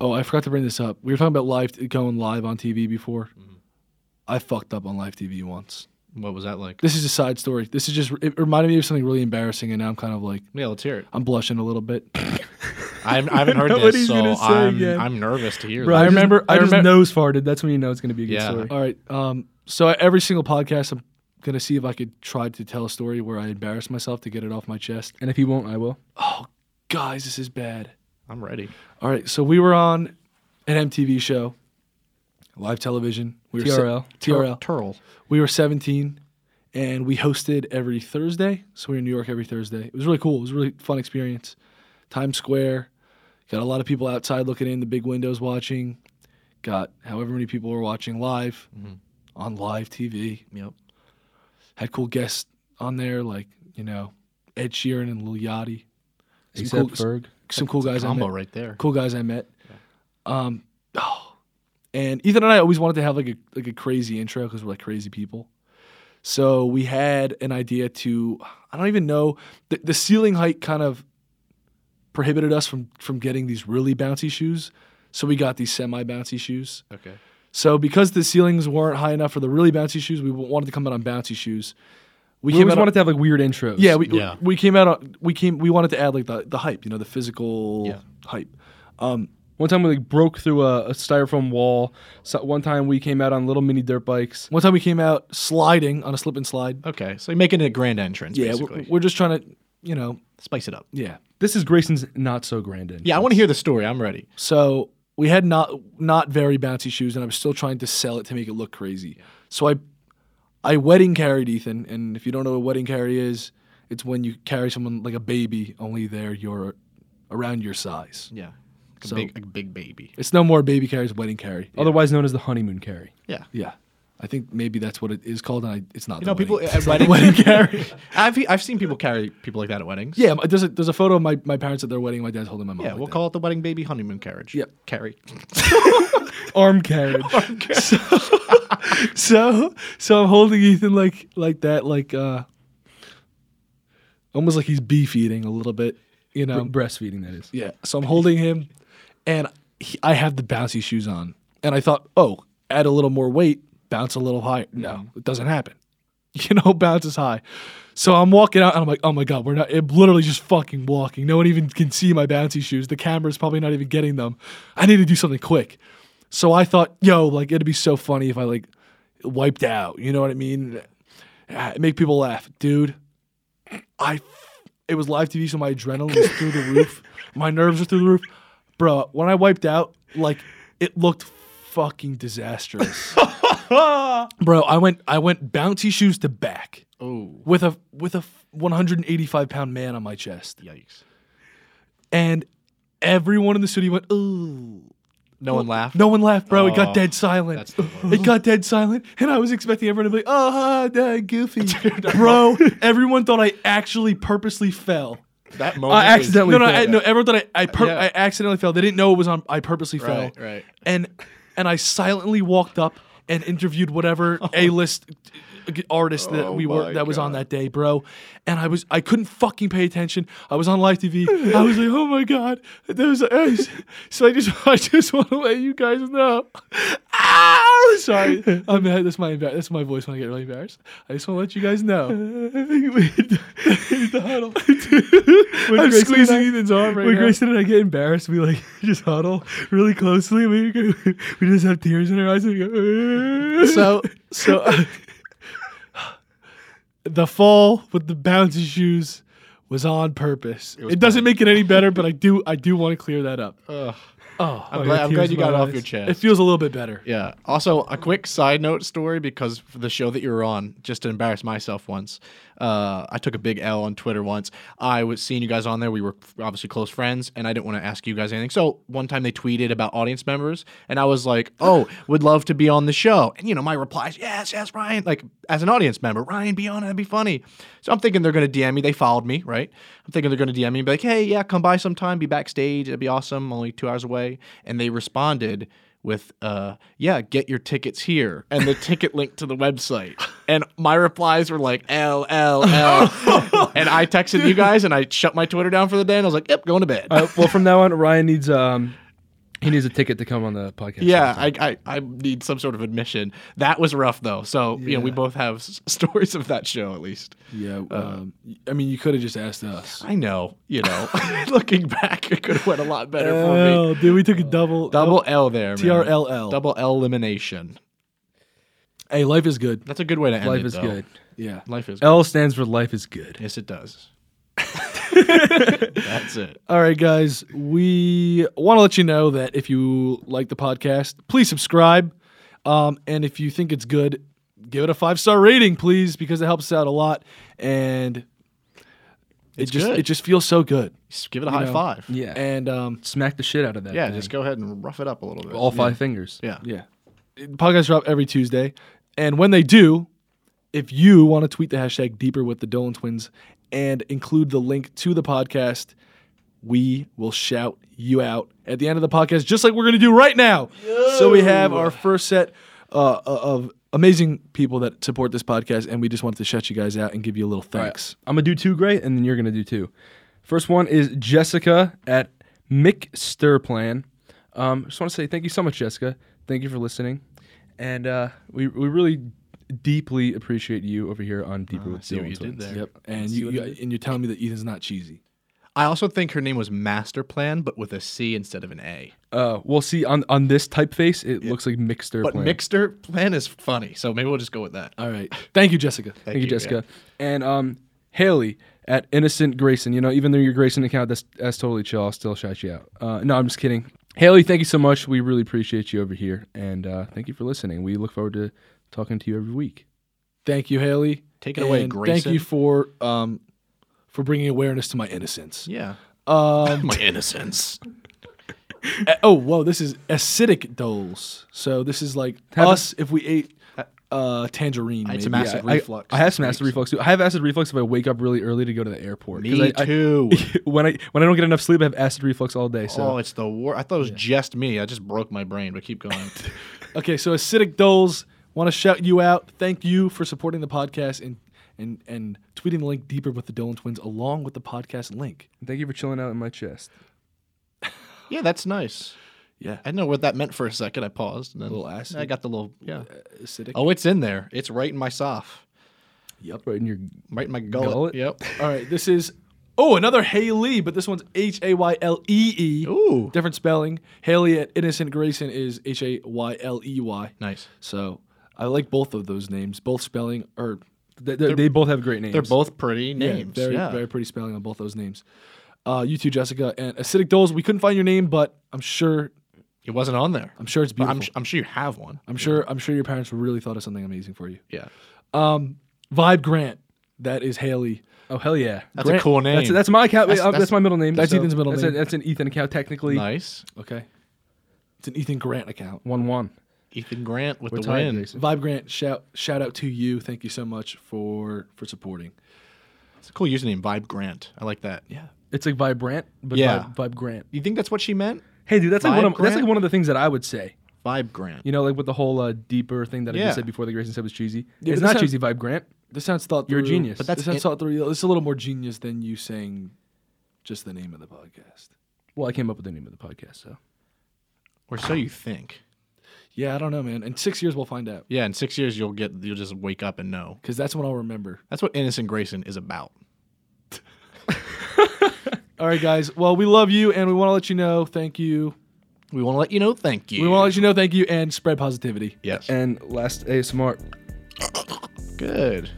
S3: Oh, I forgot to bring this up. We were talking about live going live on TV before.
S2: Mm-hmm.
S3: I fucked up on live TV once.
S2: What was that like?
S3: This is a side story. This is just it reminded me of something really embarrassing, and now I'm kind of like
S2: Yeah, let's hear it.
S3: I'm blushing a little bit.
S2: I haven't, I haven't heard
S1: know what
S2: this,
S1: he's
S2: so
S1: gonna say
S2: I'm,
S1: again.
S2: I'm nervous to hear
S1: Bro,
S2: this.
S1: I remember. I,
S3: just
S1: just nose farted. That's when you know it's going to be a good
S2: Yeah.
S1: story.
S3: All right. Um, so every single podcast, I'm gonna see if I could try to tell a story where I embarrass myself to get it off my chest. Oh,
S1: And if he won't, I will.
S3: Guys, this is bad.
S2: I'm ready.
S3: All right, so we were on an MTV show, live television. We were se-
S1: TRL.
S3: TRL.
S2: Turl.
S3: We were 17, and we hosted every Thursday. So we were in New York every Thursday. It was really cool. It was a really fun experience. Times Square, got a lot of people outside looking in the big windows watching. Got however many people were watching live on live TV.
S2: Mm-hmm. Yep.
S3: Had cool guests on there like you know Ed Sheeran and Lil Yachty. Some
S1: Except
S3: cool,
S1: Ferg.
S3: some cool guys. I
S2: Combo
S3: met
S2: right there.
S3: cool guys I met. Um, oh, and Ethan and I always wanted to have like a like a crazy intro because we're like crazy people. So we had an idea to I don't even know the, the ceiling height kind of prohibited us from from getting these really bouncy shoes. So we got these semi bouncy shoes.
S2: Okay.
S3: So because the ceilings weren't high enough for the really bouncy shoes, we wanted to come out on bouncy shoes. We,
S1: We always
S3: out
S1: wanted to have like weird intros.
S3: yeah, we
S2: Yeah.
S3: we came out. On, we came. We wanted to add like the, the hype, you know, the physical
S2: Yeah.
S3: hype. Um,
S1: One time we like broke through a, a styrofoam wall. So one time we came out on little mini dirt bikes.
S3: One time we came out sliding on a slip and slide.
S2: Okay. So you're making it a grand entrance,
S3: Yeah,
S2: basically.
S3: we're, we're just trying to, you know,
S2: Spice it up.
S3: yeah.
S1: This is Grayson's not so grand. Entrance.
S2: Yeah, I want to hear the story. I'm ready.
S3: So we had not not very bouncy shoes, and I was still trying to sell it to make it look crazy. So I I wedding carried Ethan, and if you don't know what wedding carry is, it's when you carry someone like a baby, only they're your around your size.
S2: Yeah. Like a,
S3: So-
S2: big, a big baby.
S3: It's no more baby carries, wedding carry.
S2: Oh.
S1: Otherwise known as the honeymoon carry.
S2: Yeah.
S3: Yeah. I think maybe that's what it is called, and I, it's not.
S2: You
S3: the
S2: know, people
S3: wedding.
S2: at weddings wedding carry. I've I've seen people carry people like that at weddings.
S3: Yeah, there's a, there's a photo of my, my parents at their wedding. My dad's holding my mom.
S2: Yeah,
S3: like
S2: we'll
S3: that.
S2: call it the wedding baby honeymoon carriage.
S3: Yep.
S2: Carry.
S1: Arm carriage.
S3: So so I'm holding Ethan like like that, like uh, almost like he's beef eating a little bit, you know.
S1: breastfeeding that is.
S3: Yeah. So I'm holding him, and he, I have the bouncy shoes on, and I thought, oh, add a little more weight, bounce a little higher. No,
S1: Mm-hmm.
S3: it doesn't happen. You know, bounce is high. So I'm walking out, and I'm like, oh my god, we're not. I'm literally just fucking walking. No one even can see my bouncy shoes. The camera's probably not even getting them. I need to do something quick. So I thought, yo, like it'd be so funny if I like wiped out. You know what I mean? Ah, Make people laugh, dude. I it was live TV, so my adrenaline was through the roof. My nerves were through the roof. Bro, when I wiped out, like it looked fucking disastrous. Bro, I went I went bouncy shoes to back
S2: Oh,
S3: with a with a 185 pound man on my chest.
S2: yikes.
S3: And everyone in the studio went, ooh.
S2: No one laughed.
S3: No one laughed, bro. it
S2: Oh,
S3: got dead silent.
S2: that's the worst.
S3: it got dead silent, and I was expecting everyone to be like, "Ah, oh, goofy, bro." everyone thought I actually purposely fell.
S2: That moment.
S1: I accidentally.
S3: no, no,
S1: failed
S3: I,
S1: that.
S3: no. Everyone thought I I, per-
S2: Yeah.
S3: I accidentally fell. They didn't know it was on. I purposely fell.
S2: Right, right.
S3: And and I silently walked up and interviewed whatever
S1: Oh.
S3: A list artist that we were that was on that day, bro. And I was I couldn't fucking pay attention. I was on live TV. I was like, oh my god. There was, I was- so I just I just want to let you guys know. Ah, really sorry. I'm that's my embar- that's my voice when I get really embarrassed. I just want to let you guys know. I'm
S1: Grayson
S3: squeezing
S1: and I-
S3: Ethan's arm right
S1: when
S3: now.
S1: Grayson and I get embarrassed, we like just huddle really closely. We go- we just have tears in our eyes and we go.
S3: so so the fall with the bouncy shoes was on purpose. It,
S2: was
S3: doesn't make it any better, but I do I do want to clear that up. Oh,
S2: I'm
S3: I got
S2: glad- I'm
S3: tears
S2: glad you
S3: in my
S2: got it off
S3: eyes.
S2: your chest.
S3: It feels a little bit better.
S2: Yeah. Also, a quick side note story because for the show that you were on, just to embarrass myself once, uh, I took a big L on Twitter once. I was seeing you guys on there. We were f- obviously close friends, and I didn't want to ask you guys anything. So one time they tweeted about audience members, and I was like, "Oh, would love to be on the show." And you know, my reply is, "Yes, yes, Ryan." Like as an audience member, Ryan, be on. That'd be funny. So I'm thinking they're gonna DM me. They followed me, right? I'm thinking they're gonna DM me and be like, "Hey, yeah, come by sometime. Be backstage. It'd be awesome. Only two hours away." And they responded with uh yeah get your tickets here and the ticket link to the website and my replies were like l l l and i texted you guys and i shut my twitter down for the day and i was like yep going to bed
S1: Uh, well, from now on, Ryan needs um, he needs a ticket to come on the podcast.
S2: yeah I, I i need some sort of admission that was rough though so you know we both have s- stories of that show at least
S3: Yeah. Um, I mean, you could have just asked us.
S2: i know you know looking back it could have went a lot better for me
S3: Well, dude, we took a double.
S2: double l there man.
S3: TRLL.
S2: double l elimination
S3: Hey, life is good.
S2: that's a good way to end
S1: life
S2: it,
S1: is
S2: though.
S1: good.
S3: Yeah.
S2: life is
S1: L stands for life is good.
S2: Yes, it does. That's it.
S3: All right, guys. We want to let you know that if you like the podcast, please subscribe. Um, and if you think it's good, give it a five star rating, please, because it helps us out a lot. And it just
S2: good.
S3: it just feels so good.
S2: Just give it a high
S3: know,
S2: five.
S1: Yeah,
S3: And um,
S1: smack the shit out of that.
S2: Yeah,
S1: thing.
S2: just go ahead and rough it up a little bit.
S1: all five fingers.
S2: yeah.
S3: yeah, podcasts drop every Tuesday. And when they do, if you want to tweet the hashtag deeper with the Dolan twins and include the link to the podcast, we will shout you out at the end of the podcast, just like we're going to do right now. So we have our first set uh, of amazing people that support this podcast, and we just wanted to shout you guys out and give you a little thanks.
S1: I'm gonna do two great, and then you're gonna do two. First one is Jessica at Mick Stirplan. Um, just want to say thank you so much, Jessica. Thank you for listening, and uh, we we really deeply appreciate you over here on Deeper with
S2: Uh, see what
S1: Dylan
S2: you did
S1: Twins.
S2: there.
S3: Yep, and you, you and you're telling me
S1: E
S3: that Ethan's not cheesy.
S2: I also think her name was Master Plan, but with a C instead of an A.
S1: Uh, well, see on on this typeface, it looks like Mick Stirplan.
S2: But Mixer Plan is funny, so maybe we'll just go with that. Uh,
S3: All right, thank you, Jessica.
S1: Thank you, Jessica. And um, Haley at Innocent Grayson. You know, even though your Grayson account, that's that's totally chill. I'll still shout you out. Uh, no, I'm just kidding. Haley, thank you so much. We really appreciate you over here, and uh, thank you for listening. We look forward to talking to you every week.
S3: Thank you, Haley.
S2: Take it away,
S3: And
S2: Grayson.
S3: Thank you for um, for bringing awareness to my innocence.
S2: Yeah.
S3: Um,
S2: My innocence.
S3: a- oh, whoa, this is acidic doles. So this is like us if we ate uh, tangerine.
S2: It's
S3: Maybe.
S2: a massive
S1: I-
S2: reflux.
S1: I, have some acid reflux too. I have acid reflux if I wake up really early to go to the airport. 'Cause
S2: Me
S1: I- I-
S2: too.
S1: when I when I don't get enough sleep, I have acid reflux all day. So
S2: oh, it's the war. I thought it was just me. I just broke my brain, but keep going.
S3: Okay, so acidic doles. Want to shout you out. Thank you for supporting the podcast and and and tweeting the link deeper with the Dolan twins along with the podcast link.
S1: thank you for chilling out in my chest.
S2: yeah, that's nice.
S3: Yeah.
S2: I didn't know what that meant for a second. I paused and then
S3: Little acid.
S2: I got the little yeah.
S3: Acidic.
S2: Oh, it's in there. It's right in my soft.
S1: Yep, right in your
S2: Right in my gullet.
S1: Gullet?
S2: Yep.
S3: All right, this is oh another Haley, but this one's H A Y L E E.
S2: Ooh.
S3: different spelling. Haley at Innocent Grayson is H A Y L E Y.
S2: Nice.
S3: So I like both of those names, both spelling or
S1: they, they- they both have great names.
S2: They're both pretty names. Yeah,
S3: very very pretty spelling on both those names. Uh, you too, Jessica and Acidic Doles. We couldn't find your name, but I'm sure
S2: it wasn't on there.
S3: I'm sure it's
S2: But
S3: beautiful.
S2: I'm, sh- I'm sure you have one.
S3: I'm sure I'm sure your parents really thought of something amazing for you.
S2: Yeah.
S3: Vibe Grant, that is Haley.
S1: Oh hell yeah!
S2: That's a cool name.
S1: That's, that's my account. That's,
S2: That's-
S1: uh, that's
S2: that's-
S1: my middle name.
S3: that's Ethan's middle
S1: that's
S3: name.
S1: A, that's an Ethan account technically.
S2: nice.
S3: Okay, it's an Ethan Grant account.
S1: One one.
S2: Ethan Grant with
S1: We're
S2: the
S1: tied,
S2: win.
S1: Grayson.
S3: Vibe Grant, shout shout out to you. Thank you so much for for supporting.
S2: It's a cool username, Vibe Grant. I like that.
S3: Yeah.
S1: It's like vibrant, but
S2: Yeah.
S1: vibe, vibe Grant.
S2: You think that's what she meant?
S1: Hey dude, that's like
S2: Vibe
S1: one of that's like
S2: Grant?
S1: one of the things that I would say.
S2: Vibe Grant.
S1: You know, like with the whole uh, deeper thing that I
S2: Yeah.
S1: just said before. The Grayson said was cheesy.
S3: but
S1: it's
S3: this
S1: not
S3: sounds-
S1: cheesy. Vibe Grant.
S3: This sounds thought
S1: You're a
S3: through.
S1: genius. But
S3: But
S1: that's
S3: that's this sounds
S2: it-
S3: thought through. It's a little more genius than you saying just the name of the podcast.
S1: Well, I came up with the name of the podcast, so
S2: Or so you think.
S3: Yeah, I don't know, man. In six years, we'll find out
S2: Yeah, in six years you'll get you'll just wake up and know.
S3: because that's when I'll remember.
S2: That's what innocent Grayson is about.
S3: All right, guys. Well, we love you, and we want to let you know. Thank you.
S2: We want to let you know. Thank you.
S3: We want to let you know. Thank you, and spread positivity.
S2: Yes.
S1: And last ASMR.
S2: Good.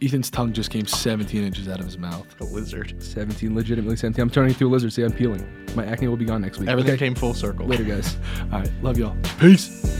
S3: Ethan's tongue just came 17 inches out of his mouth.
S2: A lizard.
S1: 17, legitimately 17. I'm turning into a lizard. See, I'm peeling. My acne will be gone next week.
S2: Everything
S1: Okay.
S2: came full circle.
S1: Later, guys.
S3: All right, love y'all.
S2: Peace.